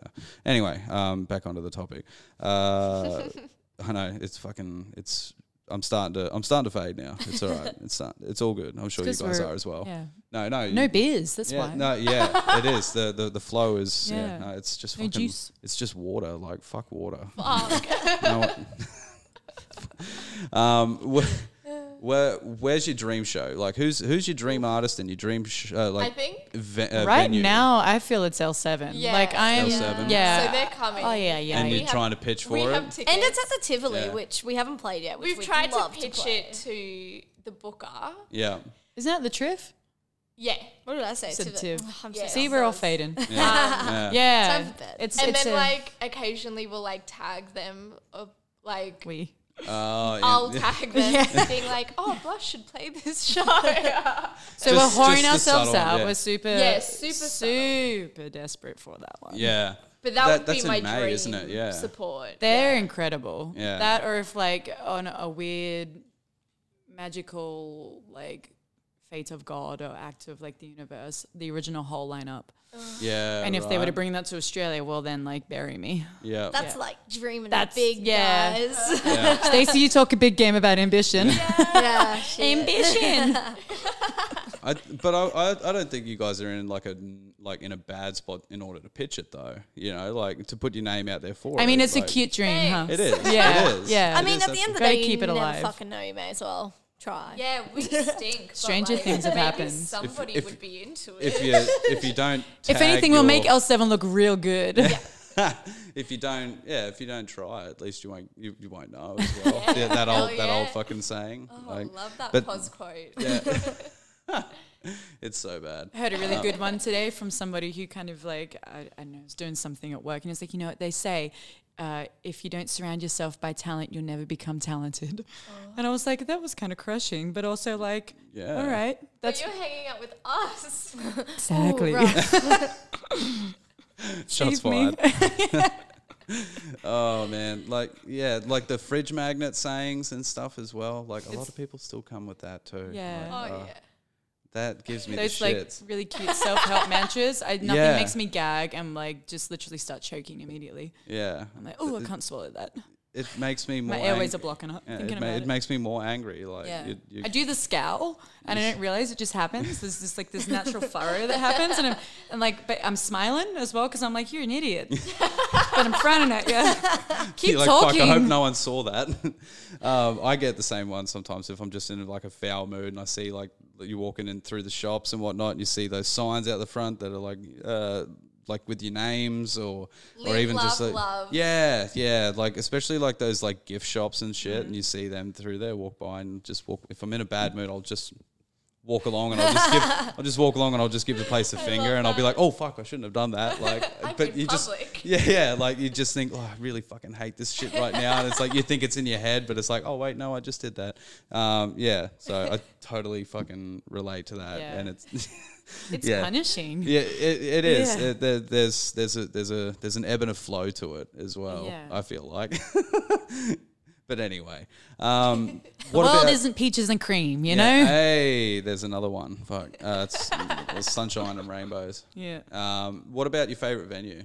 Speaker 1: Anyway, um, back onto the topic. Uh, I know it's fucking it's. I'm starting to I'm starting to fade now. It's all right. It's not, it's all good. I'm sure you
Speaker 3: 'cause
Speaker 1: guys
Speaker 3: we're-
Speaker 1: are as well.
Speaker 3: yeah.
Speaker 1: No, no,
Speaker 3: No
Speaker 1: you-
Speaker 3: beers. That's
Speaker 1: yeah,
Speaker 3: why.
Speaker 1: no, yeah, it is. The the, the flow is yeah.
Speaker 3: Yeah.
Speaker 1: no, it's just
Speaker 3: No
Speaker 1: fucking
Speaker 3: juice.
Speaker 1: it's just water. Like fuck water.
Speaker 2: Fuck.
Speaker 1: No one- um, where, where where's your dream show? Like who's who's your dream artist and your dream sh- uh, like
Speaker 2: I think-
Speaker 1: ve- uh,
Speaker 3: right
Speaker 1: venue?
Speaker 3: now, I feel it's L seven.
Speaker 2: Yeah.
Speaker 3: Like I'm.
Speaker 1: L7.
Speaker 3: Yeah.
Speaker 2: So they're coming.
Speaker 3: Oh yeah, yeah.
Speaker 1: and
Speaker 3: yeah.
Speaker 1: you're trying to pitch for
Speaker 2: we
Speaker 1: it.
Speaker 2: have tickets.
Speaker 4: And it's at the Tivoli,
Speaker 1: Yeah.
Speaker 4: which we haven't played yet. Which
Speaker 5: We've
Speaker 4: we'd
Speaker 5: tried to
Speaker 4: love
Speaker 5: pitch
Speaker 4: play.
Speaker 5: it to the booker.
Speaker 1: yeah,
Speaker 3: Isn't that the triff?
Speaker 5: Yeah.
Speaker 4: What did I say?
Speaker 3: Said
Speaker 4: Tivoli.
Speaker 3: Tiv.
Speaker 4: Ugh, I'm
Speaker 5: Yeah.
Speaker 4: so
Speaker 3: See, we're all fading.
Speaker 1: yeah, yeah.
Speaker 3: yeah.
Speaker 4: Time for bed.
Speaker 3: It's,
Speaker 5: And
Speaker 3: it's
Speaker 5: then
Speaker 3: a-
Speaker 5: like occasionally we'll like tag them or like
Speaker 3: we.
Speaker 1: Oh, yeah.
Speaker 5: I'll tag them being like, Oh Blush should play this
Speaker 3: So
Speaker 5: show.
Speaker 1: Just-
Speaker 3: we're
Speaker 1: just
Speaker 3: whoring
Speaker 1: the
Speaker 3: ourselves
Speaker 1: subtle,
Speaker 3: out.
Speaker 1: yeah.
Speaker 3: We're super,
Speaker 5: Yeah, super subtle.
Speaker 3: super desperate for that one.
Speaker 1: yeah.
Speaker 5: But that, would be
Speaker 1: that's in
Speaker 5: my
Speaker 1: May,
Speaker 5: dream
Speaker 1: isn't it? Yeah,
Speaker 5: support.
Speaker 3: They're incredible.
Speaker 1: Yeah.
Speaker 3: That, or if like on a weird, magical like fate of God or act of like the universe, the original whole lineup.
Speaker 1: yeah.
Speaker 3: and if they
Speaker 1: Oh,
Speaker 3: were to
Speaker 1: right.
Speaker 3: bring that to Australia, well then like bury me.
Speaker 1: yeah,
Speaker 4: That's like dreaming
Speaker 3: That's-
Speaker 4: big,
Speaker 3: yeah.
Speaker 4: guys.
Speaker 1: yeah.
Speaker 3: Stacey, you talk a big game about ambition.
Speaker 4: yeah, shit.
Speaker 3: ambition.
Speaker 1: I, but I, I, I don't think you guys are in like a like in a bad spot in order to pitch it though. You know, like to put your name out there for.
Speaker 3: I mean,
Speaker 1: it,
Speaker 3: it's
Speaker 1: like-
Speaker 3: a cute dream, huh?
Speaker 1: It is.
Speaker 3: Yeah,
Speaker 1: It is.
Speaker 3: yeah.
Speaker 4: I
Speaker 1: It
Speaker 4: mean,
Speaker 1: is,
Speaker 4: at the
Speaker 1: that's
Speaker 4: end of the
Speaker 3: Gotta
Speaker 4: day,
Speaker 3: keep
Speaker 4: you
Speaker 3: it
Speaker 4: never
Speaker 3: alive.
Speaker 4: fucking know. You may as well try.
Speaker 5: Yeah, we stink. but,
Speaker 3: Stranger
Speaker 5: like,
Speaker 3: things have
Speaker 5: maybe
Speaker 3: happened. If-
Speaker 5: Somebody
Speaker 1: if-
Speaker 5: would be into it.
Speaker 1: If you if you don't,
Speaker 3: If
Speaker 1: tag
Speaker 3: anything, we'll make
Speaker 1: your-
Speaker 3: L7 look real good.
Speaker 1: if you don't, yeah, if you don't try, at least you won't you, you won't know as well. yeah, that old that old fucking saying.
Speaker 5: Oh, I love that
Speaker 1: but-
Speaker 5: pause quote.
Speaker 1: It's so bad.
Speaker 3: I heard a
Speaker 1: Oh.
Speaker 3: really good one today from somebody who kind of like I, I don't know was doing something at work and it's like you know what they say uh, if you don't surround yourself by talent you'll never become talented and I was like that was kind of crushing but also like
Speaker 1: Yeah.
Speaker 3: all right
Speaker 5: But
Speaker 3: that's
Speaker 5: you're hanging out with us. Oh,
Speaker 3: exactly
Speaker 1: Shots
Speaker 3: Excuse me.
Speaker 1: fired. oh man, like yeah, like the fridge magnet sayings and stuff as well. Like a lot of people still come with that too.
Speaker 3: Yeah.
Speaker 1: Like,
Speaker 5: Oh,
Speaker 1: uh,
Speaker 5: yeah.
Speaker 1: that gives me
Speaker 3: those
Speaker 1: the
Speaker 3: like
Speaker 1: shits.
Speaker 3: really cute self help mantras I, nothing
Speaker 1: Yeah.
Speaker 3: makes me gag I'm like just literally start choking immediately
Speaker 1: yeah,
Speaker 3: I'm like oh I can't swallow that
Speaker 1: it makes me more.
Speaker 3: my airways
Speaker 1: ang-
Speaker 3: are blocking up
Speaker 1: Yeah,
Speaker 3: thinking
Speaker 1: it, ma-
Speaker 3: about
Speaker 1: it makes me more angry. Like
Speaker 3: Yeah.
Speaker 1: you, you,
Speaker 3: I do the scowl and I don't realize it just happens. There's just like this natural furrow that happens. And I'm and like, but I'm smiling as well because I'm like, you're an idiot. but I'm frowning at you. Keep
Speaker 1: You're like,
Speaker 3: talking.
Speaker 1: Fuck, I hope no one saw that. um, I get the same one sometimes if I'm just in like a foul mood and I see like you walking in through the shops and whatnot, and you see those signs out the front that are like. Uh, like with your names or or
Speaker 5: Live,
Speaker 1: even just
Speaker 5: laugh,
Speaker 1: like
Speaker 5: love.
Speaker 1: yeah yeah like especially like those like gift shops and shit
Speaker 5: Mm-hmm.
Speaker 1: and you see them through there walk by and just walk if I'm in a bad mood I'll just walk along and I'll just give I'll just walk along and I'll just give the place a finger and I'll be like, oh fuck, I shouldn't have done that. Like, but
Speaker 5: in
Speaker 1: you
Speaker 5: public.
Speaker 1: just yeah yeah like you just think, oh, I really fucking hate this shit right now, and it's like you think it's in your head, but it's like, oh wait, no, I just did that. Um, yeah, so I totally fucking relate to that,
Speaker 3: Yeah.
Speaker 1: and it's.
Speaker 3: It's
Speaker 1: Yeah.
Speaker 3: punishing.
Speaker 1: Yeah, it, it is.
Speaker 3: Yeah.
Speaker 1: It- there, there's there's a there's a there's an ebb and a flow to it as well.
Speaker 3: Yeah.
Speaker 1: I feel like. but anyway, um, what
Speaker 3: World
Speaker 1: about,
Speaker 3: isn't peaches and cream, you
Speaker 1: yeah,
Speaker 3: know?
Speaker 1: Hey, there's another one. Fuck. Uh, it's, it's sunshine and rainbows.
Speaker 3: yeah.
Speaker 1: Um, what about your favorite venue?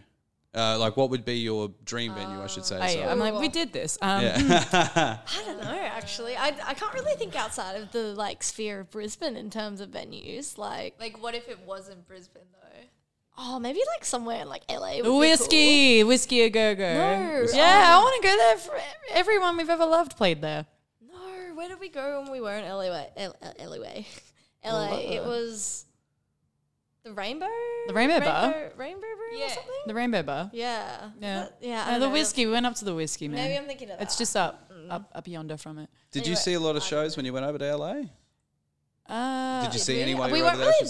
Speaker 1: Uh, like, what would be your dream venue? I should say.
Speaker 3: Uh, I,
Speaker 1: sorry.
Speaker 3: am like, we did this. Um,
Speaker 4: I don't know. Actually, I, I can't really think outside of the like sphere of Brisbane in terms of venues. Like,
Speaker 5: Like, what if it wasn't Brisbane though?
Speaker 4: oh, maybe like somewhere like LA. Would be cool.
Speaker 3: Whiskey, whiskey a go go.
Speaker 4: No.
Speaker 3: Yeah, I want to go there. For e-, everyone we've ever loved played there.
Speaker 4: No, where did we go when we were in LA? Way- L- L- LA, way? LA. It was the Rainbow.
Speaker 3: The Rainbow Bar?
Speaker 4: Rainbow, Rainbow Room or
Speaker 5: Yeah.
Speaker 4: something.
Speaker 3: The Rainbow Bar.
Speaker 4: Yeah.
Speaker 3: Yeah,
Speaker 4: That- yeah. I
Speaker 3: No,
Speaker 4: don't
Speaker 3: the
Speaker 4: know.
Speaker 3: whiskey. We went up to the whiskey, man.
Speaker 4: Maybe I'm thinking of
Speaker 3: It's
Speaker 4: that.
Speaker 3: just up,
Speaker 4: Mm-hmm.
Speaker 3: up, up yonder from it.
Speaker 1: Did you see a lot of shows when you went over to LA?
Speaker 3: Uh,
Speaker 1: Did you see
Speaker 4: We-
Speaker 1: any while
Speaker 4: we
Speaker 1: you were
Speaker 4: weren't
Speaker 1: over there? I
Speaker 4: really
Speaker 1: should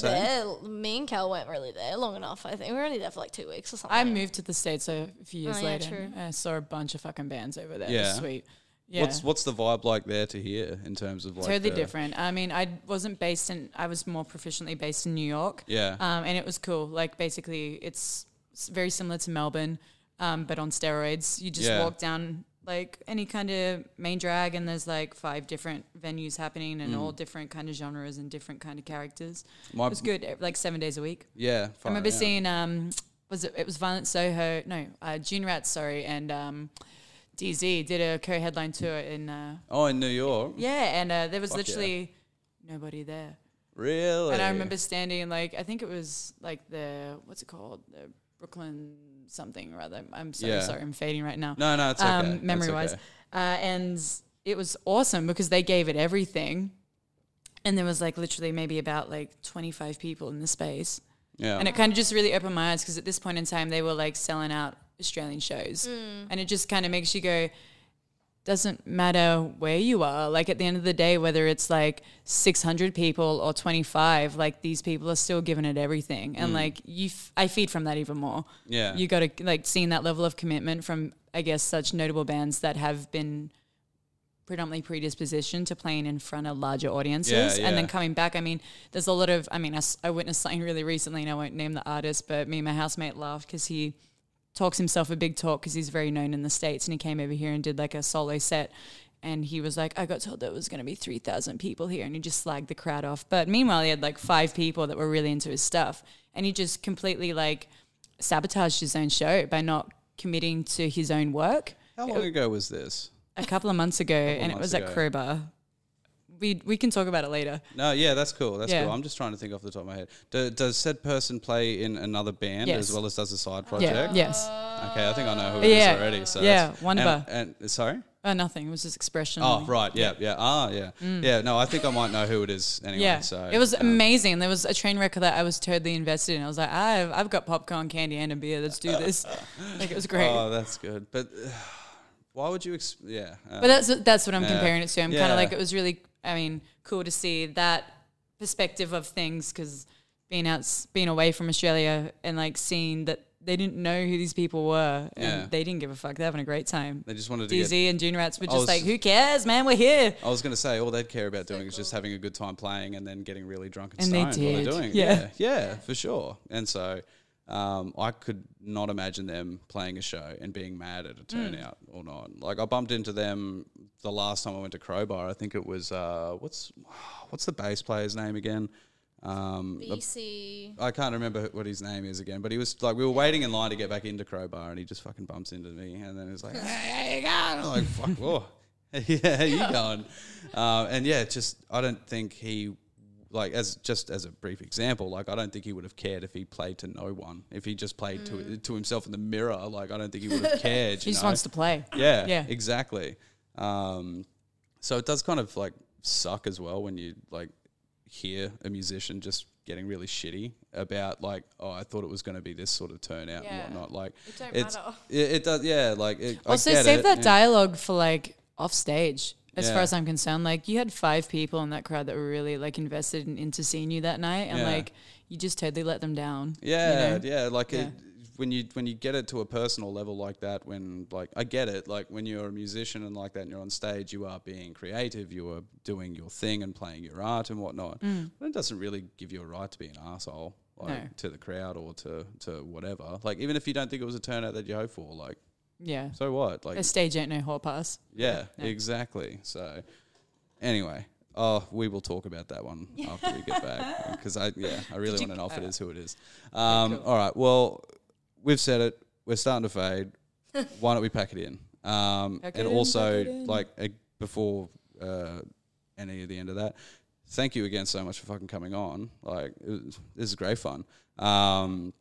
Speaker 1: say?
Speaker 4: there. Me and Cal weren't really there long enough. I think we were only there for like two weeks or something.
Speaker 3: I moved to the states a few years
Speaker 4: Oh, yeah,
Speaker 3: later.
Speaker 4: true.
Speaker 3: and I saw a bunch of fucking bands over there. It was
Speaker 1: Yeah.
Speaker 3: sweet. Yeah.
Speaker 1: What's what's the vibe like there to here in terms of like
Speaker 3: totally
Speaker 1: the-
Speaker 3: different. I mean, I wasn't based in. I was more proficiently based in New York.
Speaker 1: Yeah.
Speaker 3: Um, and it was cool. Like basically, it's s- very similar to Melbourne, um, but on steroids. You just
Speaker 1: Yeah.
Speaker 3: walk down like any kind of main drag, and there's like five different venues happening, and all different kind of genres and different kind of characters.
Speaker 1: Mm. My-
Speaker 3: it was good. eh, Like seven days a week.
Speaker 1: Yeah,
Speaker 3: I
Speaker 1: far
Speaker 3: remember
Speaker 1: out.
Speaker 3: seeing um was it it was Violent Soho no uh, June Rats sorry and um DZ did a co-headline tour in uh,
Speaker 1: Oh, in New York,
Speaker 3: yeah and uh, there was
Speaker 1: Fuck yeah.
Speaker 3: literally nobody there
Speaker 1: really?
Speaker 3: and I remember standing in like I think it was like the what's it called the Brooklyn something or other I'm so
Speaker 1: Yeah.
Speaker 3: sorry I'm fading right now
Speaker 1: No, no, it's okay. That's
Speaker 3: memory wise
Speaker 1: okay.
Speaker 3: uh, and it was awesome because they gave it everything and there was like literally maybe about like 25 people in the space
Speaker 1: Yeah,
Speaker 3: and it kind of just really opened my eyes because at this point in time, they were like selling out Australian shows.
Speaker 1: Mm.
Speaker 3: And it just kind of makes you go, doesn't matter where you are. Like at the end of the day, whether it's like 600 people or 25, like these people are still giving it everything. And like you, f- I feed from that even more.
Speaker 1: Mm. Yeah.
Speaker 3: You got to like seeing that level of commitment from, I guess, such notable bands that have been predominantly predispositioned to playing in front of larger audiences
Speaker 1: Yeah,
Speaker 3: and
Speaker 1: yeah.
Speaker 3: then coming back i mean there's a lot of i mean I, s- I witnessed something really recently and i won't name the artist but me and my housemate laughed because he talks himself a big talk because he's very known in the states and he came over here and did like a solo set and he was like i got told there was going to be 3000 people here and he just slagged the crowd off but meanwhile he had like five people that were really into his stuff and he just completely like sabotaged his own show by not committing to his own work
Speaker 1: how long ago was this?
Speaker 3: a couple of months ago, and it
Speaker 1: months
Speaker 3: was
Speaker 1: ago.
Speaker 3: at Crowbar. We we can talk about it later.
Speaker 1: No, yeah, that's cool. That's
Speaker 3: Yeah.
Speaker 1: cool. I'm just trying to think off the top of my head. Do, does said person play in another band as
Speaker 3: Yes.
Speaker 1: well as does a side
Speaker 3: Yeah.
Speaker 1: project?
Speaker 3: Yes.
Speaker 1: Okay, I think I know who it is
Speaker 3: Yeah.
Speaker 1: already. So
Speaker 3: Yeah,
Speaker 1: that's-
Speaker 3: Wonder.
Speaker 1: And, and sorry.
Speaker 3: Oh, nothing. It was just expression.
Speaker 1: Oh right, yeah, yeah, ah, yeah, yeah. No, I think I might know who it is anyway.
Speaker 3: Mm. Yeah.
Speaker 1: So
Speaker 3: it was
Speaker 1: um,
Speaker 3: amazing. There was a train record that I was totally invested in. I was like, I've I've got popcorn, candy, and a beer. Let's do this. like it was great.
Speaker 1: Oh, that's good. But uh, why would you? Exp- yeah, uh,
Speaker 3: But that's that's what I'm comparing it to. I'm kind
Speaker 1: Yeah.
Speaker 3: of like it was really, I mean, cool to see that perspective of things because being out, being away from Australia and like seeing that they didn't know who these people were and
Speaker 1: Yeah.
Speaker 3: they didn't give a fuck. They're having a great time.
Speaker 1: They just wanted to
Speaker 3: DZ
Speaker 1: get-
Speaker 3: and June Rats were
Speaker 1: was-
Speaker 3: just like, who cares, man? We're here.
Speaker 1: I was going to say all they'd care about doing is just having a good time playing and then getting really drunk and,
Speaker 3: And they
Speaker 1: stoned while
Speaker 3: did.
Speaker 1: they're doing. it.
Speaker 3: Yeah.
Speaker 1: yeah, yeah, for sure. And so. Um, I could not imagine them playing a show and being mad at a
Speaker 3: Mm.
Speaker 1: turnout or not. Like I bumped into them the last time I went to Crowbar. I think it was uh, what's what's the bass player's name again? Um, the-
Speaker 4: See,
Speaker 1: I can't remember who- what his name is again, but he was like, we were waiting in line to get back into Crowbar, and he just fucking bumps into me, and then he's like, "Hey, how you going?" I'm like, "Fuck, whoa, yeah, how you going?" Um, and yeah, it's just I don't think he, like, as just as a brief example, like I don't think he would have cared if he played to no one, if he just played to to himself in the mirror. Like I don't think he would have cared.
Speaker 3: She
Speaker 1: you
Speaker 3: Mm. just
Speaker 1: know?
Speaker 3: wants to play.
Speaker 1: Yeah,
Speaker 3: Yeah.
Speaker 1: exactly. Um, so it does kind of like suck as well when you like hear a musician just getting really shitty about like, oh, I thought it was going to be this sort of turnout
Speaker 5: Yeah.
Speaker 1: and whatnot. Like,
Speaker 5: It don't
Speaker 1: it's,
Speaker 5: matter.
Speaker 1: It, it does, yeah. Like, it, I
Speaker 3: Also,
Speaker 1: get
Speaker 3: save
Speaker 1: it,
Speaker 3: that
Speaker 1: yeah.
Speaker 3: dialogue for like off stage. As
Speaker 1: Yeah.
Speaker 3: far as I'm concerned, like you had five people in that crowd that were really like invested and into seeing you that night, and
Speaker 1: Yeah.
Speaker 3: like you just totally let them down. you
Speaker 1: Yeah,
Speaker 3: know?
Speaker 1: yeah. Like It, when you when you get it to a personal level like that, when like I get it, like when you're a musician and like that, and you're on stage, you are being creative, you are doing your thing and playing your art and whatnot. But it doesn't really give you a right to be an asshole like
Speaker 3: No.
Speaker 1: to the crowd or to to whatever. Like even if you don't think it was a turnout that you hope for, like
Speaker 3: yeah.
Speaker 1: so what? Like
Speaker 3: A stage ain't no hall pass.
Speaker 1: yeah, exactly. So, anyway, oh, we will talk about that one after we get back because I yeah I really want to know if it is who it is. Um, All right, well we've said it. We're starting to fade. Why don't we pack it in? Um,
Speaker 3: Pack it
Speaker 1: and
Speaker 3: in,
Speaker 1: also
Speaker 3: pack it in.
Speaker 1: like uh, before uh, any of the end of that. Thank you again so much for fucking coming on. Like it was, this is great fun. Um,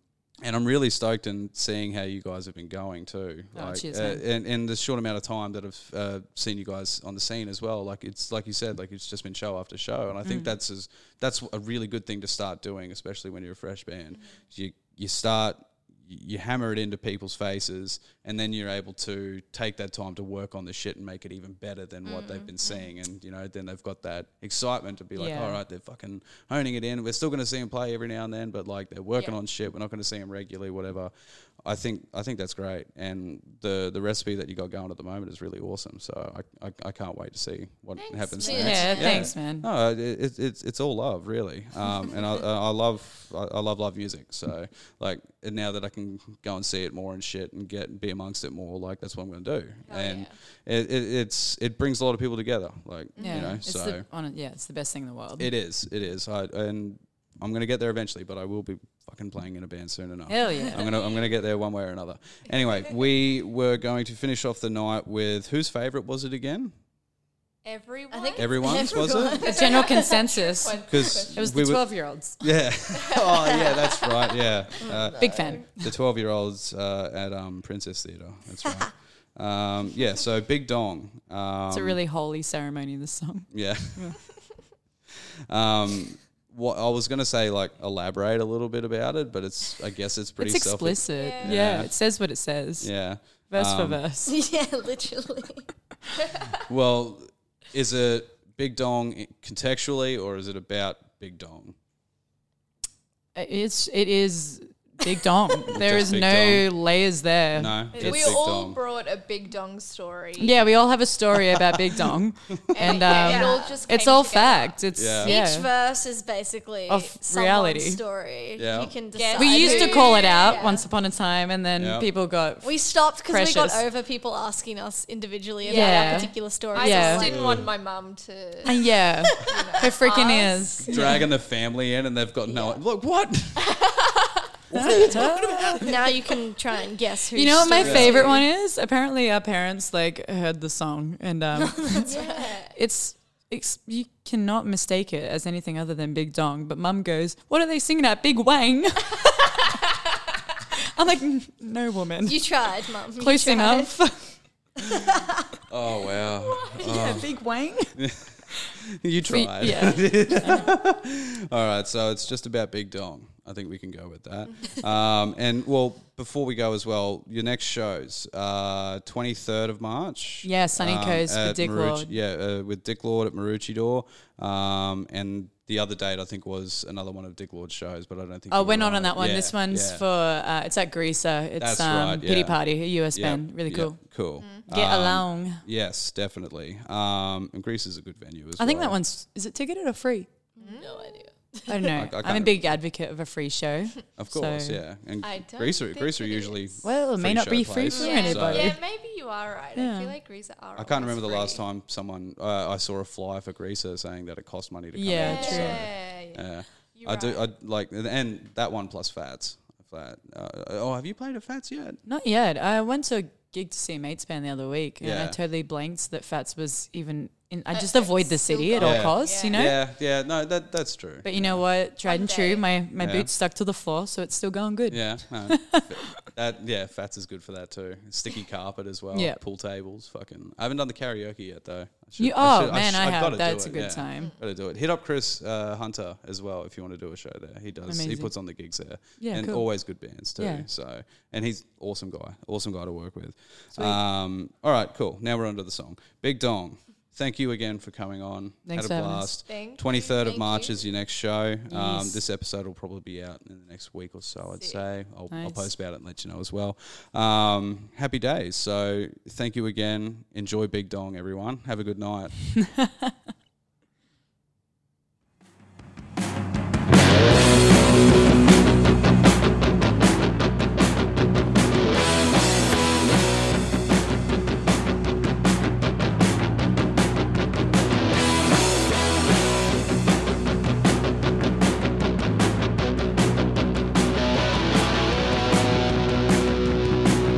Speaker 1: and I'm really stoked in seeing how you guys have been going too.
Speaker 3: Oh,
Speaker 1: like,
Speaker 3: cheers,
Speaker 1: uh,
Speaker 3: man.
Speaker 1: and, and the short amount of time that I've uh, seen you guys on the scene as well, like it's like you said, like it's just been show after show, and I
Speaker 3: Mm.
Speaker 1: think that's as, that's a really good thing to start doing, especially when you're a fresh band.
Speaker 3: Mm.
Speaker 1: You you start you hammer it into people's faces, and then you're able to take that time to work on the shit and make it even better than what they've been seeing, and you know then they've got that excitement to be like,
Speaker 3: Mm-hmm, Yeah.
Speaker 1: all right, they're fucking honing it in. We're still going to see them play every now and then, but like they're working on shit. We're not going to see them regularly, whatever. I think I think that's great, and the the recipe that you got going at the moment is really awesome. So I I, I can't wait to see what happens
Speaker 3: Yeah,
Speaker 1: next.
Speaker 3: thanks, man.
Speaker 1: No, uh, it, it, it's it's all love, really, um, and I, I I love I I love live music. So like, and now that I can go and see it more and shit, and get be amongst it more, like that's what I'm going to do.
Speaker 3: Oh,
Speaker 1: and it, it, it's it brings a lot of people together, like
Speaker 3: Yeah,
Speaker 1: you know.
Speaker 3: it's
Speaker 1: so
Speaker 3: the, on, yeah, it's the best thing in the world.
Speaker 1: it is, it is. I and I'm going to get there eventually, but I will be fucking playing in a band soon enough.
Speaker 3: Hell yeah.
Speaker 1: I'm gonna I'm gonna get there one way or another. Anyway, we were going to finish off the night with whose favorite was it again?
Speaker 5: Everyone.
Speaker 1: Everyone's was it?
Speaker 3: A general consensus. It
Speaker 1: Because
Speaker 3: was
Speaker 1: we
Speaker 3: the
Speaker 1: were-
Speaker 3: 12 year olds.
Speaker 1: Yeah. oh yeah, that's right. Yeah. Uh,
Speaker 3: Big fan.
Speaker 1: the 12 year olds uh, at um, Princess Theatre. That's right. um, yeah, so Big Dong. Um,
Speaker 3: It's a really holy ceremony, this song.
Speaker 1: Yeah. um, what I was going to say, like, elaborate a little bit about it, but it's, I guess it's pretty
Speaker 3: It's
Speaker 1: self-
Speaker 3: explicit. Yeah. it says what it says,
Speaker 1: Yeah. Um,
Speaker 3: verse for verse.
Speaker 4: yeah, literally.
Speaker 1: Well, is it Big Dong i- contextually or is it about Big Dong?
Speaker 3: It's it is big dong. there
Speaker 1: Just
Speaker 3: is
Speaker 1: big
Speaker 3: no layers there.
Speaker 1: No. just
Speaker 5: we
Speaker 1: Big
Speaker 5: all
Speaker 1: Dong.
Speaker 5: brought a big dong story.
Speaker 3: Yeah, we all have a story about Big Dong, and um,
Speaker 5: it all just
Speaker 3: it's
Speaker 5: came
Speaker 3: all
Speaker 5: together.
Speaker 3: fact. It's
Speaker 1: Yeah.
Speaker 3: yeah.
Speaker 4: Each verse is basically
Speaker 3: Of
Speaker 4: someone's
Speaker 3: reality.
Speaker 4: story.
Speaker 1: Yeah.
Speaker 4: You can decide.
Speaker 3: we used to
Speaker 4: who-
Speaker 3: call it out once upon a time, and then
Speaker 1: Yeah.
Speaker 3: people got
Speaker 4: We stopped because we got
Speaker 3: Precious.
Speaker 4: over people asking us individually about
Speaker 3: Yeah.
Speaker 4: our particular story.
Speaker 5: I
Speaker 3: Yeah.
Speaker 5: just didn't want my mum to.
Speaker 3: and yeah, her freaking ears.
Speaker 1: Dragging the family in and they've got no. Look, what?
Speaker 4: now you can try and guess who.
Speaker 3: You know what my
Speaker 4: story-
Speaker 3: favorite one is? Apparently, our parents like heard the song, and um, it's. It's, you cannot mistake it as anything other than Big Dong. But Mum goes, "What are they singing at Big Wang?" I'm like, "N- "No, woman,
Speaker 4: You tried, mum. You
Speaker 3: close
Speaker 4: tried.
Speaker 3: enough."
Speaker 1: Oh, wow.
Speaker 3: yeah, Big Wang.
Speaker 1: you tried.
Speaker 3: Yeah, Uh-huh.
Speaker 1: All right, so it's just about Big Dong. I think we can go with that. um, and well, before we go as well, your next shows, uh, 23rd of March. um,
Speaker 3: Yeah, Sunny Coast with
Speaker 1: at
Speaker 3: Dick
Speaker 1: Marucci-
Speaker 3: Lord.
Speaker 1: Yeah, uh, with Dick Lord at Maroochydore. Um, and the other date, I think, was another one of Dick Lord's shows, but I don't think.
Speaker 3: Oh,
Speaker 1: you were
Speaker 3: we're not on that one.
Speaker 1: Yeah,
Speaker 3: this one's
Speaker 1: yeah.
Speaker 3: for uh, it's at Greaser. It's
Speaker 1: That's
Speaker 3: um,
Speaker 1: right,
Speaker 3: Pity
Speaker 1: yeah.
Speaker 3: Party, a US
Speaker 1: Yeah,
Speaker 3: band. Really
Speaker 1: yeah,
Speaker 3: cool.
Speaker 1: Cool.
Speaker 5: Mm.
Speaker 3: Get
Speaker 1: Um,
Speaker 3: along.
Speaker 1: Yes, definitely. Um, and Greece is a good venue as well.
Speaker 3: I think that one's is it ticketed or free? No idea. I don't know.
Speaker 1: I
Speaker 3: I am a
Speaker 1: can't-
Speaker 3: big advocate of a free show.
Speaker 1: Of course,
Speaker 3: so-
Speaker 1: yeah. And
Speaker 5: I don't
Speaker 1: Greece are,
Speaker 5: think
Speaker 1: Greece are
Speaker 5: it
Speaker 1: usually.
Speaker 5: is.
Speaker 3: Well, it may
Speaker 1: free
Speaker 3: not
Speaker 1: show
Speaker 3: be free
Speaker 1: place,
Speaker 3: for
Speaker 1: so-
Speaker 3: anybody.
Speaker 5: Yeah, maybe you are right. I feel like Greece are.
Speaker 1: I can't
Speaker 5: always
Speaker 1: remember the last
Speaker 5: free.
Speaker 1: time someone uh, I saw a flyer for Greaser saying that it cost money to come.
Speaker 3: Yeah,
Speaker 1: in,
Speaker 3: true.
Speaker 1: so,
Speaker 5: Yeah, yeah.
Speaker 1: yeah. I do. I like and that one plus Fats. Fat. Uh, oh, have you played at Fats yet?
Speaker 3: Not yet. I went to a gig to see a mates band the other week, and I
Speaker 1: Yeah.
Speaker 3: totally blanked that Fats was even. in I just avoid the city at all
Speaker 1: Yeah.
Speaker 3: costs, you know.
Speaker 1: Yeah, yeah. No, that that's true.
Speaker 3: But you know what? Tried and true. My my
Speaker 1: Yeah.
Speaker 3: boots stuck to the floor, so it's still going good.
Speaker 1: yeah, no. F- that yeah. Fats is good for that too. Sticky carpet as well.
Speaker 3: Yeah.
Speaker 1: Pool tables. Fucking. I haven't done the karaoke yet though. I should-
Speaker 3: You,
Speaker 1: I
Speaker 3: oh
Speaker 1: should- I
Speaker 3: man,
Speaker 1: sh-
Speaker 3: I,
Speaker 1: I've gotta
Speaker 3: have.
Speaker 1: do
Speaker 3: That's a
Speaker 1: it,
Speaker 3: good
Speaker 1: yeah.
Speaker 3: time.
Speaker 1: Gotta do it. Hit up Chris uh, Hunter as well if you want to do a show there. He does. He
Speaker 3: Amazing.
Speaker 1: puts on the gigs there.
Speaker 3: Yeah,
Speaker 1: and
Speaker 3: cool.
Speaker 1: always good bands too.
Speaker 3: Yeah.
Speaker 1: So and he's awesome guy. Awesome guy to work with. Um, all right, cool. Now we're onto the song. Big Dong. Thank you again for coming on.
Speaker 3: Thanks for
Speaker 1: Had a
Speaker 3: having us.
Speaker 1: blast.
Speaker 5: Thank you.
Speaker 1: Twenty third of
Speaker 5: Thank
Speaker 1: March
Speaker 5: you.
Speaker 1: is your next show. Um,
Speaker 3: Yes.
Speaker 1: this episode will probably be out in the next week or so. I'd say I'll, I'll
Speaker 3: Nice.
Speaker 1: post about it and let you know as well. Um, happy days. So thank you again. Enjoy Big Dong, everyone. Have a good night.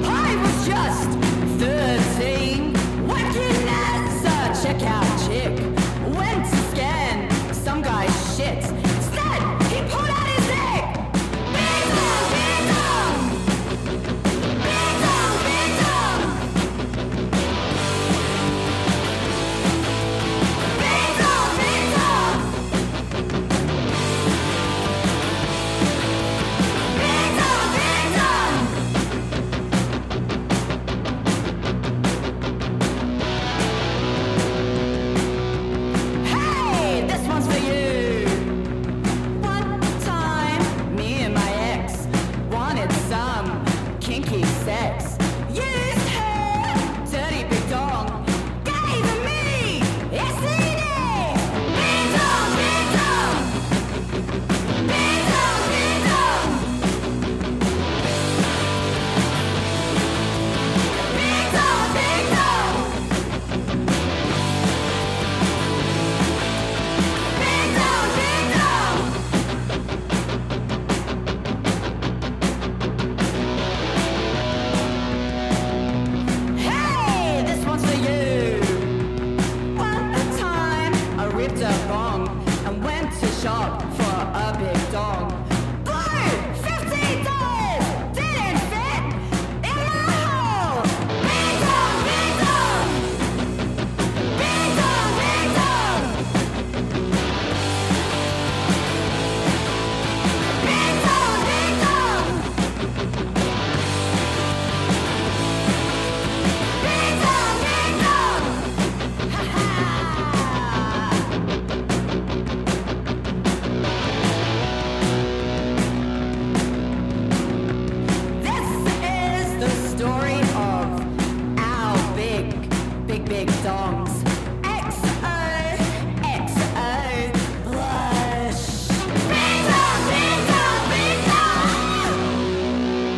Speaker 6: I was just 13, working as a checkout chick. shop for a big dong. Blue, fifteen dollars. Didn't fit in my hole. Big dong, big dong, big dong, big dong, big dong, big dong, big dong, big dong. Ha ha. This is the story of our big, big, big dogs. XO, XO, blush. Big dog, big dog, big dog.